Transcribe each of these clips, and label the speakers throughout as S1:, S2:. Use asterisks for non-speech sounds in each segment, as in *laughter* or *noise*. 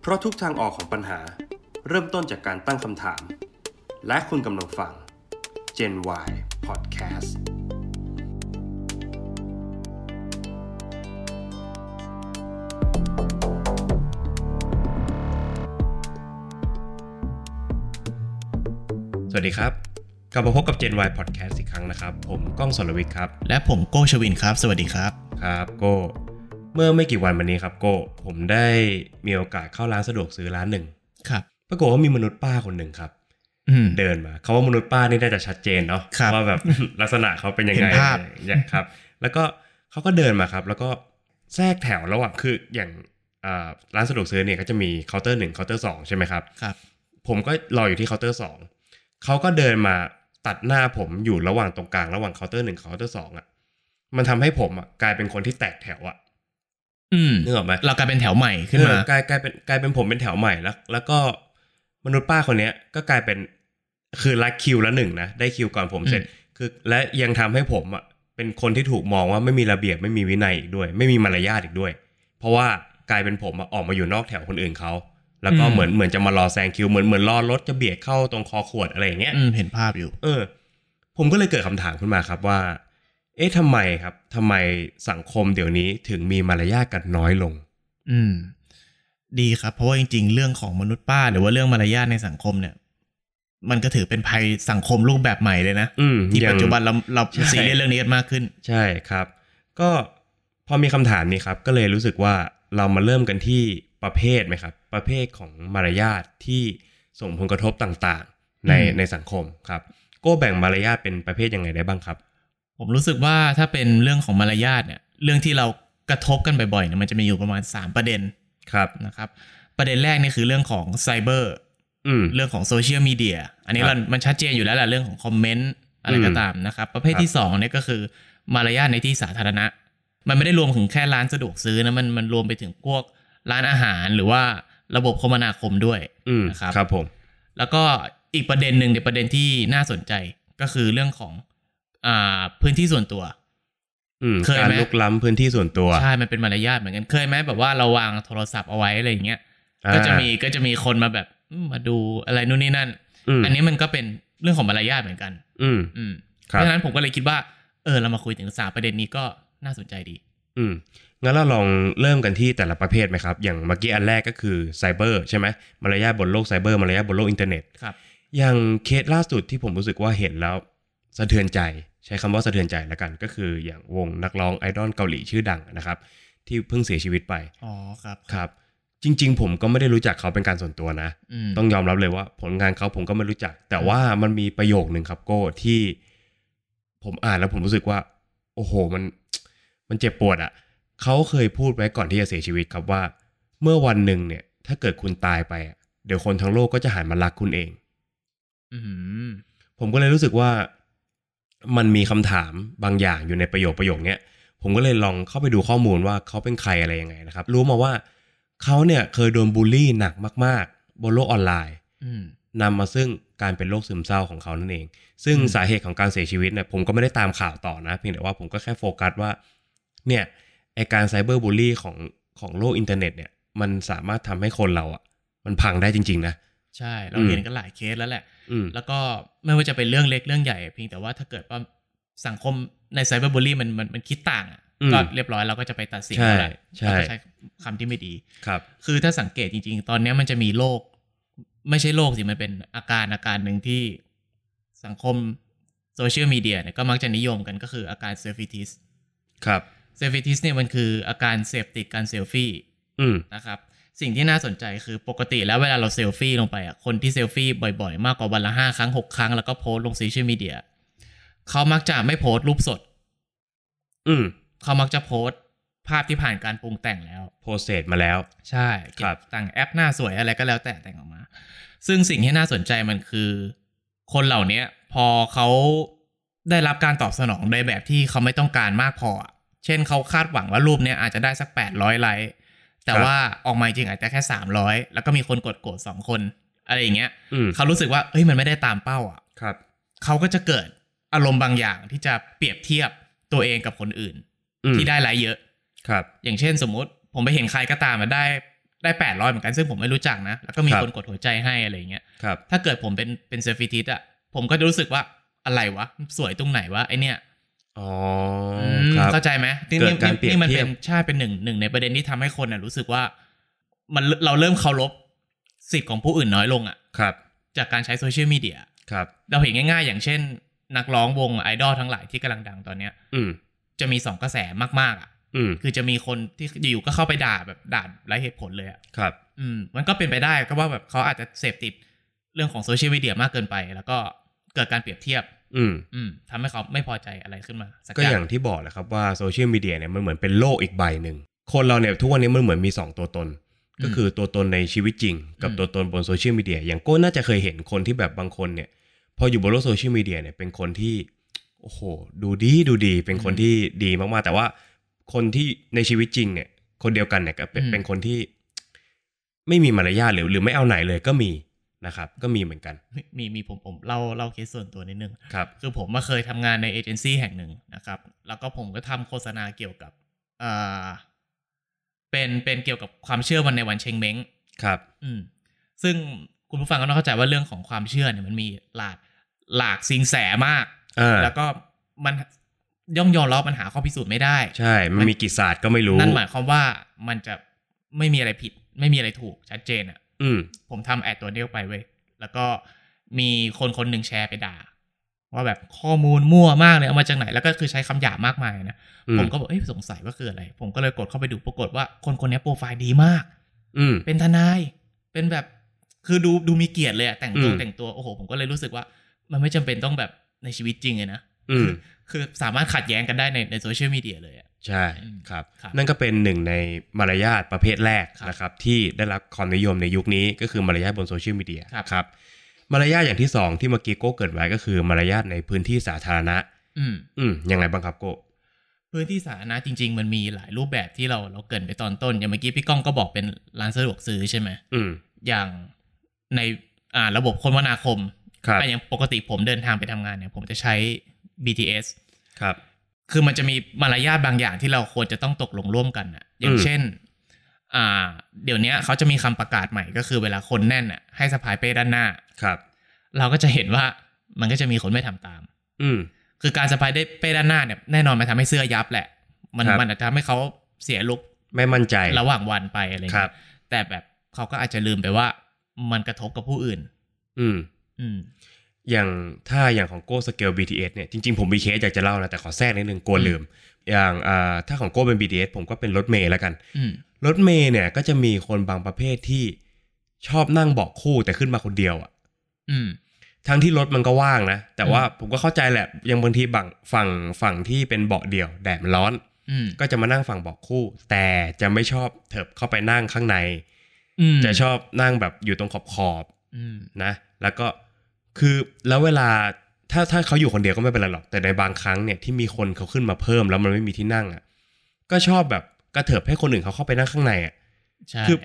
S1: เพราะทุกทางออกของปัญหา เริ่มต้นจากการตั้งคำถาม และคุณกำลังฟัง Gen Y Podcast สวัสดีครับ กลับมาพบกับ Gen Y Podcast อีกครั้งนะครับ ผมก้องสรวิทย์ครับ
S2: และผมโก้ชวินครับ สวัสดีครับ
S1: ครับโก้เมื่อไม่กี่วันมานี้ครับโก้ผมได้มีโอกาสเข้าร้านสะดวกซื้อร้านหนึ่ง
S2: ครับ
S1: ปรากฏว่ามีมนุษย์ป้าคนหนึ่งครับ
S2: อืม
S1: เดินมาเขาว่ามนุษย์ป้านี่น่าจะชัดเจนเนาะ
S2: ครับ
S1: ว่าแบบ *laughs* ลักษณะเขาเป็นยังไง
S2: เห็นภาพ
S1: อะไรอย่างครับ แล้วก็เขาก็เดินมาครับ แล้วก็แทรกแถวระหว่างคืออย่างอ่าร้านสะดวกซื้อเนี่ยก็จะมีเคาน์เตอร์หนึ่งเคาน์เตอร์สองใช่ไหมครับ
S2: ครับ
S1: ผมก็รออยู่ที่เคาน์เตอร์สองเขาก็เดินมาตัดหน้าผมอยู่ระหว่างตรงกลางระหว่างเคาน์เตอร์หนึ่งเคาน์เตอร์สองอ่ะ มันทำให้ผมอ่ะกลายเป็นคนที่แตกแถวอ่ะ
S2: อืม
S1: นึกออกไหม
S2: เรากลายเป็นแถวใหม่ขึ้นมา
S1: เออกลายกลายเป็นกลายเป็นผมเป็นแถวใหม่แล้ว แล้วก็มนุษย์ป้าคนเนี้ยก็กลายเป็นคือรัดคิวละหนึ่งนะได้คิวก่อนผมเสร็จ คือและยังทำให้ผมอ่ะเป็นคนที่ถูกมองว่าไม่มีระเบียบไม่มีวินัยอีกด้วย ไม่มีมารยาทอีกด้วย เพราะว่ากลายเป็นผมอะออกมาอยู่นอกแถวคนอื่นเขาแล้วก็
S2: อืม
S1: เหมือนเหมือนจะมารอแซงคิวเหมือนเหมือนรอรถจะเบียดเข้าตรงคอขวดอะไรอย่างเงี้ย
S2: อืม เห็นภาพอยู่
S1: เออ ผมก็เลยเกิดคำถามขึ้นมาครับว่า เอ๊ะทำไมครับทำไมสังคมเดี๋ยวนี้ถึงมีมารยาทกันน้อยลง
S2: อืม ดีครับ เพราะว่าจริง ๆ เรื่องของมนุษย์ป้า หรือว่าเรื่องมารยาทในสังคมเนี่ย มันก็ถือเป็นภัยสังคมรูปแบบใหม่เลยนะ
S1: อืม
S2: ที่
S1: อย่า
S2: ปัจ
S1: ง
S2: จุบันเราเรา
S1: ใช่
S2: ซีเรียสเรื่องนี้กันมากขึ้น
S1: ใช่ครับ ก็พอมีคำถามนี้ครับ ก็เลยรู้สึกว่าเรามาเริ่มกันที่ประเภทไหมครับ ประเภทของมารยาทที่ส่งผลกระทบต่างๆ ใน
S2: อืม
S1: ในสังคมครับโก็แบ่งมารยาทเป็นประเภทยังไงได้บ้างครับ
S2: ผมรู้สึกว่าถ้าเป็นเรื่องของมารยาทเนี่ย เรื่องที่เรากระทบกันบ่อยๆเนี่ยมันจะมีอยู่ประมาณ 3 ประเด็น
S1: ครับ
S2: นะครับ ประเด็นแรกนี่คือเรื่องของไซเบอร์
S1: อืม
S2: เรื่องของโซเชียลมีเดียอันนี้
S1: ครับ
S2: เรามันชัดเจนอยู่แล้วแหละเรื่องของคอมเมนต์อะไรก็ตามนะครับ ประเภ
S1: ค
S2: ท
S1: รับ
S2: ที่สองเนี่ยก็คือมารยาทในที่สาธารณะ มันไม่ได้รวมถึงแค่ร้านสะดวกซื้อนะมันมันรวมไปถึงพวกร้านอาหารหรือว่าระบบคมนาคมด้วย
S1: อืม
S2: นะครับ
S1: ครับผม
S2: แล้วก็อีกประเด็นหนึ่งในยประเด็นที่น่าสนใจก็คือเรื่องของอ่าพื้นที่ส่วนตัว
S1: อืม
S2: เคยไหม
S1: การลุกล้ำพื้นที่ส่วนตัว
S2: ใช่ มันเป็นมารยาทเหมือนกันเคยไหมแบบว่าเราวางโทรศัพท์เอาไว้อะไรอย่างเงี้ย
S1: อ่า
S2: ก็จะมีก็จะมีคนมาแบบอืมมาดูอะไรนู่นนี่นั่น
S1: อืม
S2: อันนี้มันก็เป็นเรื่องของมารยาทเหมือนกัน
S1: อืม
S2: อืม
S1: ค
S2: เพ
S1: รับ
S2: ราะฉะนั้นผมก็เลยคิดว่าเออเรามาคุยถึงสามประเด็นนี้ก็น่าสนใจดี
S1: อืมงั้นเราลองเริ่มกันที่แต่ละประเภทไหมครับ อย่างเมื่อกี้อันแรกก็คือไซเบอร์ใช่ไหมมารยาทบนโลกไซเบอร์มารยาทบนโลกอินเทอร์เน็ต
S2: ครับ
S1: อย่างเคสล่าสุดที่ผมรู้สึกว่าเห็นแล้วสะเทือนใจ ใช้คำว่าสะเทือนใจแล้วกัน ก็คืออย่างวงนักร้องไอดอลเกาหลีชื่อดังนะครับ ที่เพิ่งเสียชีวิตไป
S2: อ๋อครับ
S1: ครับ จริง ๆ ผมก็ไม่ได้รู้จักเขาเป็นการส่วนตัวนะ
S2: อืม
S1: ต้องยอมรับเลยว่าผลงานเขาผมก็ไม่รู้จัก แต่ว่ามันมีประโยคหนึ่งครับโก้ที่ผมอ่านแล้วผมรู้สึกว่า โอ้โหมัน มันเจ็บปวดอะ่ะเขาเคยพูดไว้ก่อนที่จะเสียชีวิตครับว่า เมื่อวันหนึ่งเนี่ย ถ้าเกิดคุณตายไปอะเดี๋ยวคนทั้งโลกก็จะหันมารักคุณเอง
S2: อืม
S1: ผมก็เลยรู้สึกว่ามันมีคำถามบางอย่างอยู่ในประโยคประโยคเนี้ยผมก็เลยลองเข้าไปดูข้อมูลว่าเขาเป็นใครอะไรยังไงนะครับ รู้มาว่าเขาเนี่ยเคยโดนบูลลี่หนักมาก ๆ บนโลกออนไลน์
S2: อืม
S1: นำมาซึ่งการเป็นโรคซึมเศร้าของเขานั่นเอง ซึ่ง
S2: อืม
S1: สาเหตุของการเสียชีวิตเนี่ยผมก็ไม่ได้ตามข่าวต่อนะ เพียงแต่ว่าผมก็แค่โฟกัสว่า เนี่ยไอการไซเบอร์บูลลี่ของของโลกอินเทอร์เน็ตเนี่ย มันสามารถทำให้คนเราอ่ะ มันพังได้จริง ๆ นะ
S2: ใช่เราเห็นกันหลายเคสแล้วแหละ
S1: อืม
S2: แล้วก็ไม่ว่าจะเป็นเรื่องเล็กเรื่องใหญ่เพียงแต่ว่าถ้าเกิดว่าสังคมในไซเบอร์บูลลี่มันมันมันคิดต่างอ่ะ
S1: อืม
S2: ก็เรียบร้อยเราก็จะไปตัดสิน
S1: ใช่
S2: แล้วแหละ
S1: ใช่
S2: เราก็ใช้คำที่ไม่ดี
S1: ครับ
S2: คือถ้าสังเกตจริงๆ ตอนเนี้ยมันจะมีโรคไม่ใช่โรคสิ มันเป็นอาการอาการหนึ่งที่สังคมโซเชียลมีเดียเนี่ยก็มักจะนิยมกันก็คืออาการเซลฟิทิส
S1: ครับ
S2: เซลฟิทิสเนี่ยมันคืออาการเสพติดการเซลฟี่
S1: อืม
S2: นะครับ สิ่งที่น่าสนใจคือปกติแล้วเวลาเราเซลฟี่ลงไปอ่ะคนที่เซลฟี่บ่อยๆ มากกว่าวันละห้าครั้งหกครั้งแล้วก็โพสต์ลงโซเชียลมีเดียเขามักจะไม่โพสต์รูปสด
S1: อืม
S2: เขามักจะโพสต์ภาพที่ผ่านการปรุงแต่งแล้ว
S1: โพสเซสมาแล้ว
S2: ใช่
S1: ครับ
S2: เก็ต่างแอปหน้าสวยอะไรก็แล้วแต่แต่งออกมา ซึ่งสิ่งที่น่าสนใจมันคือ คนเหล่าเนี้ย พอเขาได้รับการตอบสนองในแบบที่เขาไม่ต้องการมากพออะเช่นเขาคาดหวังว่ารูปเนี้ยอาจจะได้สัก 800ไลค์แต่ว่าออกมาจริงอาจจะแค่ 300 แล้วก็มีคนกดโกรธสองคน อะไรอย่างเงี้ย
S1: อืม
S2: เขารู้สึกว่าเอ้ยมันไม่ได้ตามเป้าอ่ะ
S1: ครับ
S2: เขาก็จะเกิดอารมณ์บางอย่างที่จะเปรียบเทียบตัวเองกับคนอื่น ที่ได้ไลค์เยอะ
S1: ครับ
S2: อย่างเช่นสมมุติผมไปเห็นใครก็ตามมาได้ ได้แปดร้อยเหมือนกันซึ่งผมไม่รู้จักนะ แล้วก็มี
S1: ครับ
S2: คนกดหัวใจให้อะไรอย่างเงี้ย
S1: ครับ
S2: ถ้าเกิดผมเป็นเป็นเซฟิทิสอะผมก็จะรู้สึกว่าอะไรวะ สวยตรงไหนวะไอเนี่ย
S1: อ๋อ
S2: ม
S1: ครับ
S2: เข้าใจไหมนี่
S1: เกิ
S2: นี่
S1: ดการเปรียบ
S2: นี่มัน
S1: เที
S2: เป็
S1: ยบ
S2: นใช่เป็นหนึ่งหนึ่งในประเด็นที่ทำให้คนอะรู้สึกว่า มันเราเริ่มเคารพสิทธิ์ของผู้อื่นน้อยลงอะ
S1: ครับ
S2: จากการใช้โซเชียลมีเดีย
S1: ครับ
S2: เราเห็นง่ายๆ อย่างเช่น นักร้องวงไอดอลทั้งหลายที่กำลังดังตอนเนี้ย
S1: อืม
S2: จะมีสองกระแสมากๆอะ
S1: อืม
S2: คือจะมีคนที่อยู่ๆก็เข้าไปด่าแบบด่าไร้เหตุผลเลยอะ
S1: ครับ
S2: อืม มันก็เป็นไปได้ก็ว่าแบบเขาอาจจะเสพติดเรื่องของโซเชียลมีเดียมากเกินไป แล้วก็เกิดการเปรียบเทียบ
S1: อืม
S2: อืมทำให้เขาไม่พอใจอะไรขึ้นมาสัก
S1: ก็อย่างที่บอกแหละครับว่าโซเชียลมีเดียเนี่ยมันเหมือนเป็นโลกอีกใบหนึ่ง คนเราเนี่ยทุกวันนี้มันเหมือนมี 2 ตัวตน ก็คือตัวตนในชีวิตจริง กับตัวตนบนโซเชียลมีเดียอย่างโก้น่าจะเคยเห็นคนที่แบบบางคนเนี่ย พออยู่บนโลกโซเชียลมีเดียเนี่ยเป็นคนที่ โอ้โห ดูดีดูดีเป็นคนที่ดีมากๆ แต่ว่าคนที่ในชีวิตจริงเนี่ย คนเดียวกันเนี่ยก็เป็นเป็นคนที่ ไม่มีมารยาทหรือหรือไม่เอาไหนเลยก็มีนะครับ ก็มีเหมือนกัน
S2: มีมีมีผมผมเล่าเล่าเคสส่วนตัวนิดนึง
S1: ครับ
S2: คือผมมาเคยทำงานในเอเจนซี่แห่งหนึ่งนะครับ แล้วก็ผมก็ทำโฆษณาเกี่ยวกับเอ่อเป็นเป็นเกี่ยวกับความเชื่อวันในวันเชงเม้ง
S1: ครับ
S2: อืม ซึ่งคุณผู้ฟังก็ต้องเข้าใจว่าเรื่องของความเชื่อเนี่ยมันมีหลากหลากสิงแสมาก
S1: อ่า
S2: แล้วก็มันย่อมยอมรับมันหาข้อพิสูจน์ไม่ได้
S1: ใช่มันมีกี่ศาสตร์ก็ไม่รู้
S2: นั่นหมายความว่ามันจะไม่มีอะไรผิด ไม่มีอะไรถูกชัดเจนอ่ะ
S1: อืม
S2: ผมทำแอดตัวนี้ออกไปเว้ย แล้วก็มีคนคนหนึ่งแชร์ไปด่า ว่าแบบข้อมูลมั่วมากเลย เอามาจากไหน แล้วก็คือใช้คำหยาบมากมายนะ
S1: อืม
S2: ผมก็บอกเอ้ยสงสัยว่าคืออะไร ผมก็เลยกดเข้าไปดูปรากฏว่าคนคนนี้โปรไฟล์ดีมาก
S1: อืม
S2: เป็นทนาย เป็นแบบ คือดูดูมีเกียรติเลยอะแต่งตัว
S1: อืม
S2: แต่งตัว โอ้โห ผมก็เลยรู้สึกว่า มันไม่จำเป็นต้องแบบในชีวิตจริงเลยนะ
S1: อืม
S2: คือสามารถขัดแย้งกันได้ในในโซเชียลมีเดียเลยอะ
S1: ใช่
S2: อืม
S1: ครับ
S2: ครับ
S1: นั่นก็เป็นหนึ่งในมารยาทประเภทแรก
S2: ครับ
S1: นะครับ ที่ได้รับความนิยมในยุคนี้ก็คือมารยาทบนโซเชียลมีเดีย
S2: ครับ
S1: ครับมารยาทอย่างที่สองที่เมื่อกี้โก้เกริดไว้ก็คือมารยาทในพื้นที่สาธารณะ
S2: อืม
S1: อืมยังไงบ้างครับโก้
S2: พื้นที่สาธารณะจริง ๆ มันมีหลายรูปแบบที่เราเราเกรินไปตอนต้น อย่างเมื่อกี้พี่ก้องก็บอกเป็นร้านสะดวกซื้อใช่ไหม
S1: อืม
S2: อย่างในอ่าระบบคมนาคม
S1: ครับ
S2: อ่ะอย่างปกติผมเดินทางไปทำงานเนี่ย ผมจะใช้ BTS
S1: ครับ
S2: คือมันจะมีมารยาทบางอย่างที่เราควรจะต้องตกลงร่วมกันอะอย่าง
S1: อืม
S2: เช่น อ่า เดี๋ยวเนี้ยเขาจะมีคำประกาศใหม่ก็คือเวลาคนแน่นอะให้สะพายเป้ด้านหน้า
S1: ครับ
S2: เราก็จะเห็นว่ามันก็จะมีคนไม่ทำตาม
S1: อืม
S2: คือการสะพายได้เป้ด้านหน้าเนี่ยแน่นอนมันทำให้เสื้อยับแหละ มัน
S1: ครับ
S2: มันอาจจะทำให้เขาเสียลุก
S1: ไม่มั่นใจ
S2: ระหว่างวันไปอะไร
S1: ครั
S2: เงี้
S1: บ
S2: ยแต่แบบเขาก็อาจจะลืมไปว่ามันกระทบกับผู้อื่น
S1: อืม
S2: อืม
S1: อย่างถ้าอย่างของโก้สเกล BTS เนี่ยจริงๆผมมีเคสอยากจะเล่านะแต่ขอแทรกนิดนึงกลัวลืม อย่างอ่าถ้าของโก้เป็น BTS ผมก็เป็นรถเมล์แล้วกัน
S2: อืม
S1: รถเมย์เนี่ยก็จะมีคนบางประเภทที่ชอบนั่งเบาะคู่แต่ขึ้นมาคนเดียวอะ
S2: อืม
S1: ทั้งที่รถมันก็ว่างนะ แต่ว่าผมก็เข้าใจแหละยังบางทีบางฝั่งฝั่งที่เป็นเบาะเดี่ยวแดดมันร้อน
S2: อืม
S1: ก็จะมานั่งฝั่งเบาะคู่ แต่จะไม่ชอบเถิบเข้าไปนั่งข้างใน
S2: อืม
S1: จะชอบนั่งแบบอยู่ตรงขอบขอบ
S2: อืม
S1: ๆนะ แล้วก็คือแล้วเวลาถ้าถ้าเขาอยู่คนเดียวก็ไม่เป็นไรหรอกแต่ในบางครั้งเนี่ยที่มีคนเขาขึ้นมาเพิ่มแล้วมันไม่มีที่นั่งอะก็ชอบแบบกระเถิบให้คนอื่นเขาเข้าไปนั่งข้างในอะ
S2: ใช่
S1: คือ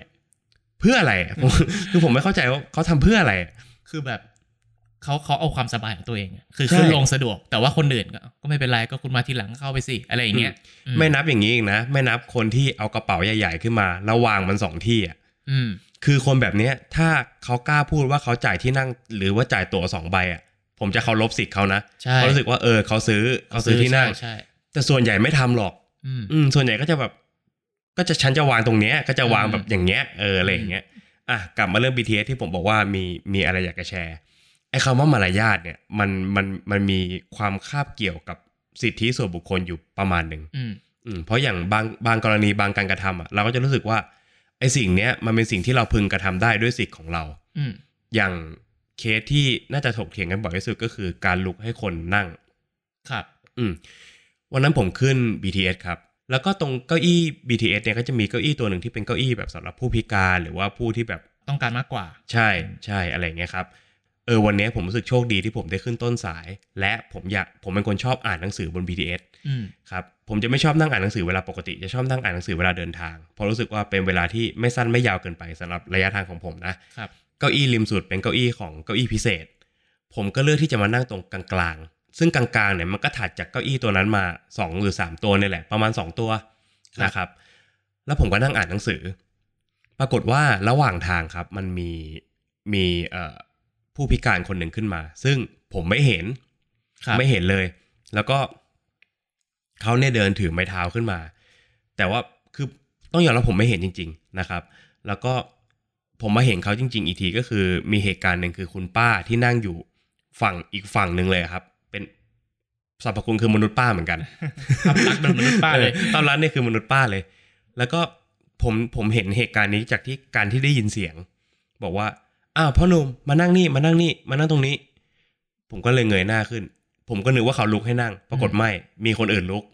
S1: เพื่ออะไรอะผม คือผมไม่เข้าใจว่าเขาทำเพื่ออะไรอะ
S2: คือแบบเขาเขาเอาความสบายของตัวเองอะคือขึ้น
S1: ใช่
S2: ลงสะดวก แต่ว่าคนอื่นก็ก็ไม่เป็นไรก็คุณมาทีหลังเข้าไปสิอะไรอย่างเงี้ยอื
S1: ไม่นับอย่างนี้อีกนะ ไม่นับคนที่เอากระเป๋าใหญ่ๆขึ้นมาแล้ววางมันสองที่อ่ะ
S2: อืม
S1: คือคนแบบเนี้ยถ้าเขากล้าพูดว่าเขาจ่ายที่นั่ง หรือว่าจ่ายตั๋วสองใบอ่ะผมจะเคารพสิทธิ์เขานะ
S2: ใช่
S1: เขารู้สึกว่าเออเขาซื้อเขาซื้อที่นั่ง
S2: ใช่ใช่
S1: แต่ส่วนใหญ่ไม่ทำหรอก
S2: อืม
S1: อืมส่วนใหญ่ก็จะแบบ ก็จะฉันจะวางตรงเนี้ย ก็จะวาง
S2: อืม
S1: แบบอย่างเงี้ยเอออะไรอย่างเงี้ยอ่ะกลับมาเรื่อง BTS ที่ผมบอกว่ามีมีอะไรอยากจะแชร์ไอ้คำว่ามารยาทเนี่ย มันมันมันมีความคาบเกี่ยวกับสิทธิส่วนบุคคลอยู่ประมาณหนึ่ง
S2: อืม
S1: อืมเพราะอย่างบางบางกรณีบางการกระทำอ่ะเราก็จะรู้สึกว่าไอ้สิ่งเนี้ยมันเป็นสิ่งที่เราพึงกระทำได้ด้วยสิทธิ์ของเรา
S2: อืม
S1: อย่างเคสที่น่าจะถกเถียงกันบ่อยที่สุดก็คือการลุกให้คนนั่ง
S2: ครับ
S1: อืมวันนั้นผมขึ้น BTS ครับ แล้วก็ตรงเก้าอี้ BTS เนี่ยก็จะมีเก้าอี้ตัวหนึ่งที่เป็นเก้าอี้แบบสำหรับผู้พิการหรือว่าผู้ที่แบบ
S2: ต้องการมากกว่า
S1: ใช่ใช่อะไรอย่างเงี้ยครับ เออวันเนี้ยผมรู้สึกโชคดีที่ผมได้ขึ้นต้นสาย และผมอยากผมเป็นคนชอบอ่านหนังสือบน BTS
S2: อืม
S1: ครับผมจะไม่ชอบนั่งอ่านหนังสือเวลาปกติจะชอบนั่งอ่านหนังสือเวลาเดินทางเพราะรู้สึกว่าเป็นเวลาที่ไม่สั้นไม่ยาวเกินไปสำหรับระยะทางของผมนะ
S2: ครับ
S1: เก้าอี้ริมสุดเป็นเก้าอี้ของเก้าอี้พิเศษ ผมก็เลือกที่จะมานั่งตรงกลางๆ ซึ่งกลางๆเนี่ยมันก็ถัดจากเก้าอี้ตัวนั้นมา 2 หรือ 3 ตัวเนี่ยแหละ ประมาณ 2 ตัว
S2: ครับ
S1: นะครับ แล้วผมก็นั่งอ่านหนังสือ ป ปรากฏว่าระหว่างทางครับ มันมีมีเอ่อผู้พิการคนหนึ่งขึ้นมา ซึ่งผมไม่เห็น
S2: ครับ
S1: ไม่เห็นเลย แล้วก็เขาเนี่ยเดินถือไม้เท้าขึ้นมา แต่ว่าคือต้องยอมรับผมไม่เห็นจริง ๆนะครับ แล้วก็ผมมาเห็นเขาจริง ๆ อีกทีก็คือมีเหตุการณ์หนึ่งคือคุณป้าที่นั่งอยู่ฝั่งอีกฝั่งหนึ่งเลยครับ เป็นสรรพคุณคือมนุษย์ป้าเหมือนกัน
S2: อับรักษณ์โดนมนุษย์ป้าเลย
S1: ออตอนนั้นเนี่ยคือมนุษย์ป้าเลย แล้วก็ผมผมเห็นเหตุการณ์นี้จากที่การที่ได้ยินเสียง บอกว่า อ้าวพ่อหนุ่มมานั่งนี่มานั่งนี่มานั่งตรงนี้ ผมก็เลยเงยหน้าขึ้น ผมก็นึกว่าเขาลุกให้นั่ง ปรากฏไม่ มีคนอื่นลุก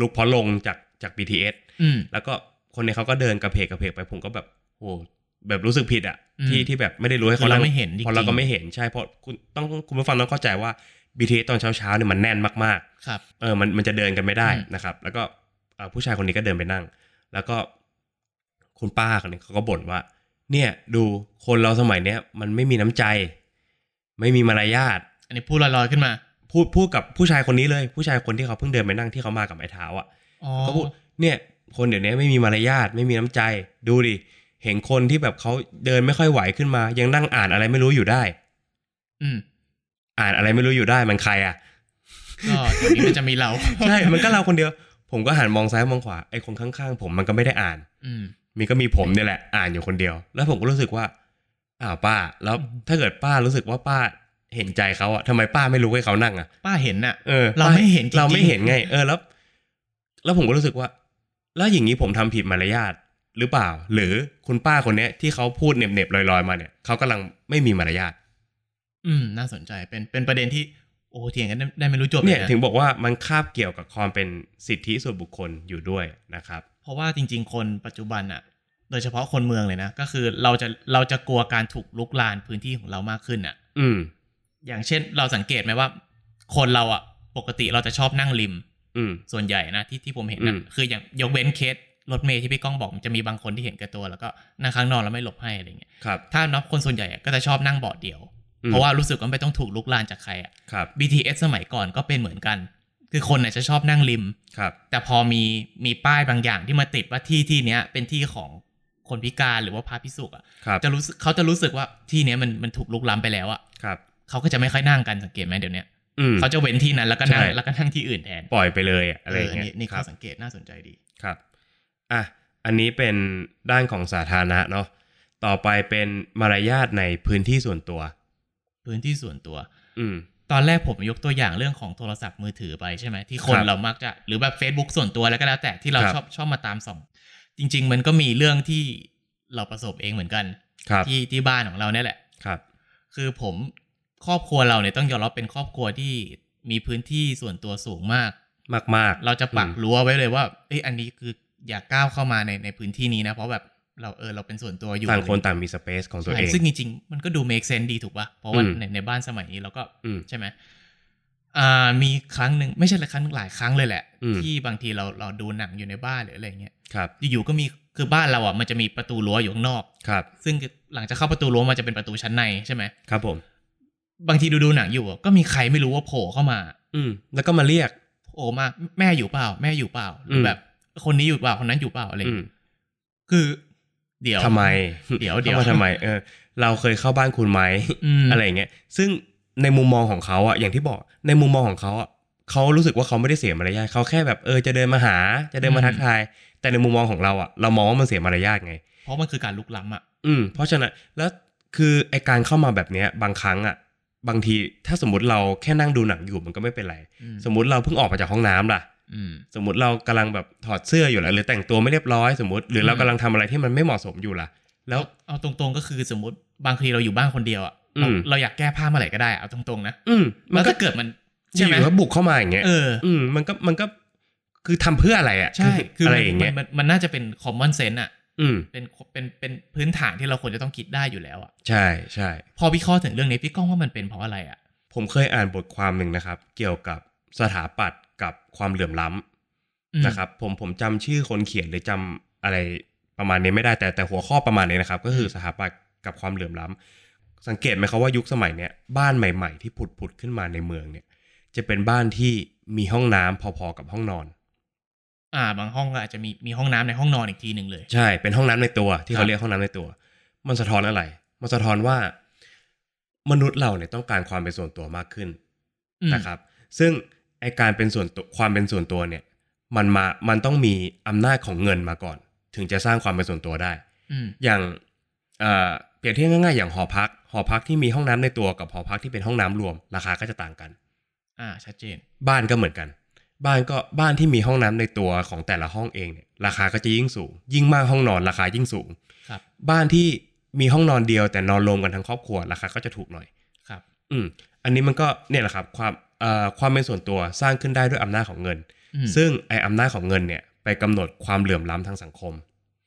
S1: ลุกเพราะลงจากจาก BTS
S2: อืม
S1: แล้วก็คนในเขาก็เดินกระเพกกระเพกไป ผมก็แบบโอ้แบบรู้สึกผิดอะ
S2: อืม
S1: ที่ที่แบบไม่ได้รู้ให้เขา
S2: คือเรา
S1: ง
S2: ไม่เห็นจริงๆ
S1: เพราะเราก็ไม่เห็นใช่เพราะคุณต้องคุณผู้ฟังต้องเข้าใจว่า BTS ตอนเช้าเช้าๆเนี่ยมันแน่นมากๆ
S2: ครับ
S1: เออมันมันจะเดินกันไม่ได้
S2: อืม
S1: นะครับ แล้วก็เอ่อผู้ชายคนนี้ก็เดินไปนั่ง แล้วก็คุณป้าคนนี้เขาก็บ่นว่า เนี่ย ดูคนเราสมัยเนี้ยมันไม่มีน้ำใจ ไม่มีมารยาท
S2: อันนี้พูดลอยๆขึ้นมา
S1: พูดพูดกับผู้ชายคนนี้เลย ผู้ชายคนที่เขาเพิ่งเดินไปนั่งที่เขามากับไม้เท้าอ่ะ
S2: อ๋อ
S1: เขาพูดเนี่ย คนเดี๋ยวนี้ไม่มีมารยาทไม่มีน้ำใจ ดูดิเห็นคนที่แบบเขาเดินไม่ค่อยไหวขึ้นมา ยังนั่งอ่านอะไรไม่รู้อยู่ได้
S2: อืม
S1: อ่านอะไรไม่รู้อยู่ได้มันใครอ่ะ
S2: ก็เดี๋ยวนี้มันจะมีเรา
S1: ใช่ มันก็เราคนเดียว ผมก็หันมองซ้ายมองขวา ไอ้คนข้างๆ ผมมันก็ไม่ได้อ่าน
S2: อืม
S1: มีก็มีผมเนี่ยแหละ อ่านอยู่คนเดียว แล้วผมก็รู้สึกว่า อ้าวป้า แล้ว
S2: อืม
S1: ถ้าเกิดป้ารู้สึกว่าป้าเห็นใจเขาอะทำไมป้าไม่รู้ให้เขานั่งอะ
S2: ป้าเห็นน่ะ
S1: เออ
S2: เรา
S1: ป้
S2: ไม่เห็นจริงๆ
S1: เราไม่เห็นไง เออ แล้ว แล้วผมก็รู้สึกว่า แล้วอย่างนี้ผมทำผิดมารยาทหรือเปล่า หรือคุณป้าคนเนี้ยที่เขาพูดเหน็บๆลอยๆมาเนี่ย เขากำลังไม่มีมารยาท
S2: อืม น่าสนใจเป็นเป็นประเด็นที่โอ้เถียงกันได้ได้ไม่รู้จบ
S1: เนี่ย
S2: ละ
S1: ถึงบอกว่ามันคาบเกี่ยวกับความเป็นสิทธิส่วนบุคคลอยู่ด้วยนะครับ
S2: เพราะว่าจริง ๆ คนปัจจุบันอ่ะ โดยเฉพาะคนเมืองเลยนะ ก็คือเราจะเราจะกลัวการถูกลุกลานพื้นที่ของเรามากขึ้นอ่ะ
S1: อืม
S2: อย่างเช่นเราสังเกตไหมว่า คนเราอ่ะ ปกติเราจะชอบนั่งริม
S1: อืม
S2: ส่วนใหญ่นะที่ที่ผมเห็นนะ
S1: อืม
S2: คืออย่างยกเว้นเคสรถเมย์ที่พี่ก้องบอกมันจะมีบางคนที่เห็นแก่ตัวแล้วก็นั่งข้างนอกแล้วไม่หลบให้อะไรเงี้ย
S1: ครับ
S2: ถ้านับคนส่วนใหญ่อะก็จะชอบนั่งเบาะเดียว
S1: อืม
S2: เพราะว่ารู้สึกว่าไม่ต้องถูกลุกลานจากใครอ่ะ
S1: ครับ
S2: BTS สมัยก่อนก็เป็นเหมือนกัน คือคนเนี่ยจะชอบนั่งริม
S1: ครับ
S2: แต่พอมีมีป้ายบางอย่างที่มาติดว่าที่ที่เนี้ยเป็นที่ของคนพิการหรือว่าพระพิสุกอ่ะ
S1: ครับ
S2: จะรู้สึกเขาจะรู้สึกว่าที่เนี้ยมันมันถูกลุกล้ำไปแล้วอ่ะ
S1: ครับ
S2: เขาก็จะไม่ค่อยนั่งกันสังเกตไหมเดี๋ยวเนี้ย
S1: อืม
S2: เขาจะเว้นที่นั้นแล้วก็นั่ง
S1: ใช่
S2: แล้วก็นั่งที่อื่นแทน
S1: ปล่อยไปเลยอะอะไรอย่างเงี้ย
S2: นี่นี่
S1: ครั
S2: เขา
S1: บ
S2: สังเกตน่าสนใจดี
S1: ครับ อ่ะ อันนี้เป็นด้านของสาธารณะเนาะ ต่อไปเป็นมารยาทในพื้นที่ส่วนตัว
S2: พื้นที่ส่วนตัว
S1: อืม
S2: ตอนแรกผมยกตัวอย่างเรื่องของโทรศัพท์มือถือไปใช่ไหมที่คน
S1: ครับ
S2: เรามักจะหรือแบบ Facebook ส่วนตัวแล้วก็แล้วแต่ที่เรา
S1: ครับ
S2: ชอบชอบมาตามส่อง จริง ๆ มันก็มีเรื่องที่เราประสบเองเหมือนกัน
S1: ครับ
S2: ที่ที่บ้านของเราเนี่ยแหละ
S1: ครับ
S2: คือผมครอบครัวเราเนี่ยต้องยอมรับเป็นครอบครัวที่มีพื้นที่ส่วนตัวสูงมาก
S1: มากมากๆ
S2: เราจะปัก
S1: อืม
S2: รั้วไว้เลยว่าเอ้ยอันนี้คืออย่าก้าวเข้ามาในในพื้นที่นี้นะ เพราะแบบเราเออเราเป็นส่วนตัวอยู่
S1: ต่างคนต่างมีสเปซของตัวเอง
S2: ใช่ซึ่งจริงๆ มันก็ดู make sense ดีถูกป่ะ เพราะว่า
S1: อืม
S2: ในในบ้านสมัยนี้เราก็
S1: อืม
S2: ใช่ไหมอ่ามีครั้งหนึ่งไม่ใช่หลายครั้งหลายครั้งเลยแหละ
S1: อืม
S2: ที่บางทีเราเราดูหนังอยู่ในบ้านหรืออะไรเงี้ย
S1: ครับ
S2: อยู่ๆก็มีคือบ้านเราอ่ะมันจะมีประตูรั้วอยู่ข้างนอก
S1: ครับ
S2: ซึ่งหลังจากเข้าประตูรั้วมันจะเป็นประตูชั้นในใช่ไหม
S1: ครับผม
S2: บางทีดูดูหนังอยู่อะก็มีใครไม่รู้ว่าโผล่เข้ามา
S1: อืม แล้วก็มาเรียก
S2: โผล่มาแม่อยู่เปล่า แม่อยู่เปล่าหรืออ
S1: ม
S2: แบบ คนนี้อยู่เปล่าคนนั้นอยู่เปล่าอะไร
S1: อืม
S2: เงี้ยคือเดี๋ยว
S1: ทำไม
S2: เดี๋ยวเดี๋ยว
S1: ข้ามาทำไม เออ เราเคยเข้าบ้านคุณไหม
S2: ม
S1: อะไรอย่างเงี้ย ซึ่งในมุมมองของเขาอะอย่างที่บอก ในมุมมองของเขาอะเขารู้สึกว่าเขาไม่ได้เสียมารยาทเขาแค่แบบเออจะเดินมาหา จะเดินมา
S2: อืม
S1: ทักทาย แต่ในมุมมองของเราอะเรามองว่ามันเสียมารยาทไง
S2: เพราะมันคือการลุกล้ำอ่ะ
S1: อืม เพราะฉะนั้น แล้วคือไอการเข้ามาแบบเนี้ย บางครั้งอะบางทีถ้าสมมติเราแค่นั่งดูหนังอยู่มันก็ไม่เป็นไร
S2: อืม
S1: สมมติเราเพิ่งออกมาจากห้องน้ำล่ะ
S2: อืม
S1: สมมติเรากำลังแบบถอดเสื้ออยู่ล่ะหรือแต่งตัวไม่เรียบร้อย สมมติ หรือเรา
S2: อืม
S1: กำลังทำอะไรที่มันไม่เหมาะสมอยู่ล่ะ แล้ว
S2: เอาตรงๆก็คือสมมติบางทีเราอยู่บ้านคนเดียวอ่ะเรา
S1: อืม
S2: เราอยากแก้ผ้าเมื่อไหร่ก็ได้อะเอาตรงๆนะ
S1: อืม มัน
S2: แล้ว
S1: ก็
S2: ถ้าเกิดมัน
S1: อ
S2: ใช่ไหม
S1: ยู่ๆก็บุกเข้ามาอย่างเงี้ย
S2: เออ
S1: อืมมันก็มันก็คือทำเพื่ออะไรอ่ะ
S2: ใช่
S1: คือ ออะไร
S2: มัน
S1: อย่างเงี้ย
S2: มันมันมันน่าจะเป็น common sense อ่ะ
S1: อืม
S2: เป็นเป็นเป็นพื้นฐานที่เราควรจะต้องคิดได้อยู่แล้วอ่ะ
S1: ใช่ใช่
S2: พอพี่ข้อถึงเรื่องนี้พี่ก้องว่ามันเป็นเพราะอะไรอ่ะ
S1: ผมเคยอ่านบทความหนึ่งนะครับ เกี่ยวกับสถาปัตย์กับความเหลื่อมล้ำ
S2: อืม
S1: นะครับ ผมผมจำชื่อคนเขียนหรือจำอะไรประมาณนี้ไม่ได้แต่แต่หัวข้อประมาณนี้นะครับ ก็คือสถาปัตย์กับความเหลื่อมล้ำสังเกตไหมครับว่ายุคสมัยเนี้ยบ้านใหม่ ๆ ที่ผุดผุดๆขึ้นมาในเมืองเนี่ย จะเป็นบ้านที่มีห้องน้ำพอๆกับห้องนอน
S2: อ่า บางห้องก็อาจจะมีมีห้องน้ำในห้องนอนอีกทีหนึ่งเลย
S1: ใช่ เป็นห้องน้ำในตัว ที่
S2: ครั
S1: เขา
S2: บ
S1: เรียกห้องน้ำในตัว มันสะท้อนอะไร มันสะท้อนว่า มนุษย์เราเนี่ยต้องการความเป็นส่วนตัวมากขึ้น
S2: อืม
S1: นะครับ ซึ่งไอการเป็นส่วนตัวความเป็นส่วนตัวเนี่ย มันมา มันต้องมีอำนาจของเงินมาก่อน ถึงจะสร้างความเป็นส่วนตัวได้
S2: อืม
S1: อย่างเอ่อเปรียบเทียบง่ายๆ อย่างหอพัก หอพักที่มีห้องน้ำในตัวกับหอพักที่เป็นห้องน้ำรวม ราคาก็จะต่างกัน
S2: อ่า ชัดเจน
S1: บ้านก็เหมือนกัน บ้านก็บ้านที่มีห้องน้ำในตัวของแต่ละห้องเองเนี่ยราคาก็จะยิ่งสูง ยิ่งมากห้องนอนราคายิ่งสูง
S2: ครับ
S1: บ้านที่มีห้องนอนเดียวแต่นอนรวมกันทั้งครอบครัวราคาก็จะถูกหน่อย
S2: ครับ
S1: อืม อันนี้มันก็เนี่ยแหละครับความเอ่อความเป็นส่วนตัวสร้างขึ้นได้ด้วยอำนาจของเงิน
S2: อืม
S1: ซึ่งไออำนาจของเงินเนี่ยไปกำหนดความเหลื่อมล้ำทางสังคม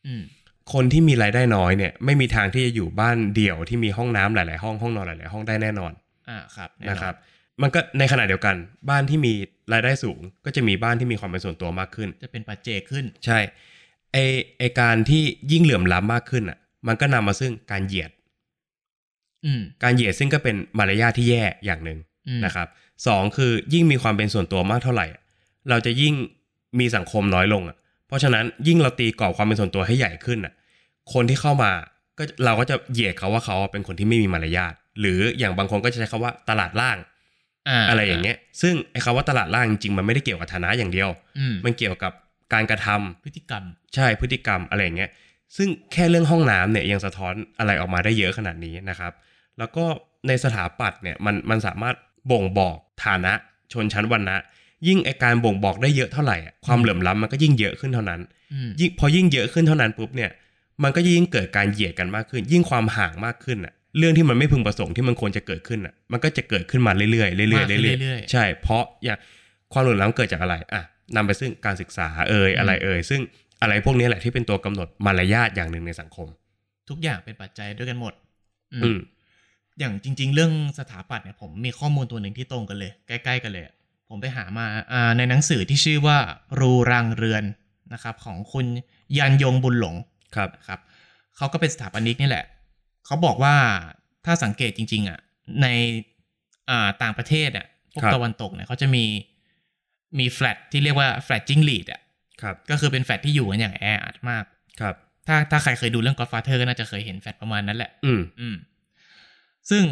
S2: อืม
S1: คนที่มีรายได้น้อยเนี่ยไม่มีทางที่จะอยู่บ้านเดี่ยวที่มีห้องน้ำหลาย ๆ ห้องห้องนอนหลาย ๆ ห้องได้แน่นอน
S2: อ่า ครับแอ
S1: นะครับ มันก็ในขณะเดียวกันบ้านที่มีรายได้สูง ก็จะมีบ้านที่มีความเป็นส่วนตัวมากขึ้น
S2: จะเป็นปัจเจกขึ้น
S1: ใช่ไอไอการที่ยิ่งเหลื่อมล้ำมากขึ้นอ่ะ มันก็นำมาซึ่งการเหยียด
S2: อืม
S1: การเหยียดซึ่งก็เป็นมารยาทที่แย่อย่างหนึ่ง
S2: อืม
S1: นะครับสองคือยิ่งมีความเป็นส่วนตัวมากเท่าไหร่อะเราจะยิ่งมีสังคมน้อยลงอ่ะเพราะฉะนั้นยิ่งเราตีกรอบความเป็นส่วนตัวให้ใหญ่ขึ้นอ่ะคนที่เข้ามาก็เราก็จะเหยียดเขาว่าเขาเป็นคนที่ไม่มีมารยาทหรืออย่างบางคนก็จะใช้คำว่าตลาดล่าง
S2: อ่า
S1: อะไรอย่างเงี้ย ซึ่งไอ้คำว่าตลาดล่างจริงๆมันไม่ได้เกี่ยวกับฐานะอย่างเดียว
S2: อืม
S1: มันเกี่ยวกับการกระทำ
S2: พฤติกรรม
S1: ใช่พฤติกรรมอะไรอย่างเงี้ยซึ่งแค่เรื่องห้องน้ำเนี่ยยังสะท้อนอะไรออกมาได้เยอะขนาดนี้นะครับ แล้วก็ในสถาปัตย์เนี่ยมันมันสามารถบ่งบอกฐานะชนชั้นวรรณะ ยิ่งไอการบ่งบอกได้เยอะเท่าไหร่อะความเหลื่อมล้ำมันก็ยิ่งเยอะขึ้นเท่านั้น
S2: อืม
S1: ยิ่งพอยิ่งเยอะขึ้นเท่านั้นปุ๊บเนี่ยมันก็ยิ่งเกิดการเหยียดกันมากขึ้น ยิ่งความห่างมากขึ้นอ่ะเรื่องที่มันไม่พึงประสงค์ที่มันควรจะเกิดขึ้นอ่ะมันก็จะเกิดขึ้นมาเรื่อยๆเรื่อยๆเรื่
S2: มา
S1: อย
S2: ขึ้น
S1: ๆ
S2: เรื่อยๆ
S1: ใช่ เพราะอย่างความเหลื่อมล้ำเกิดจากอะไร อ่ะนำไปซึ่งการศึกษาเอ่ย
S2: อืม
S1: อะไรเอ่ย ซึ่งอะไรพวกนี้แหละที่เป็นตัวกำหนดมารยาทอย่างหนึ่งในสังคม
S2: ทุกอย่างเป็นปัจจัยด้วยกันหมด อืม
S1: อืม
S2: อย่างจริง ๆ เรื่องสถาปัตย์เนี่ยผมมีข้อมูลตัวหนึ่งที่ตรงกันเลย ใกล้ ๆ กันเลยอะผมไปหามาอ่าในหนังสือที่ชื่อว่ารูรางเรือนนะครับของคุณยันยงบุญหลง
S1: ครับ
S2: นะครับเขาก็เป็นสถาปนิกนี่แหละ เขาบอกว่าถ้าสังเกตจริง ๆอ่ะในอ่าต่างประเทศอ่ะพวก
S1: ครับ
S2: ตะวันตกเนี่ยเขาจะมีมีแฟลตที่เรียกว่าแฟลตจิงลีดอ่ะ
S1: ครับ
S2: ก็คือเป็นแฟลตที่อยู่กันอย่างแออัดมาก
S1: ครับ
S2: ถ้าถ้าใครเคยดูเรื่อง Godfather ก็น่าจะเคยเห็นแฟลตประมาณนั้นแหละ
S1: อืม
S2: อืม ซึ่ง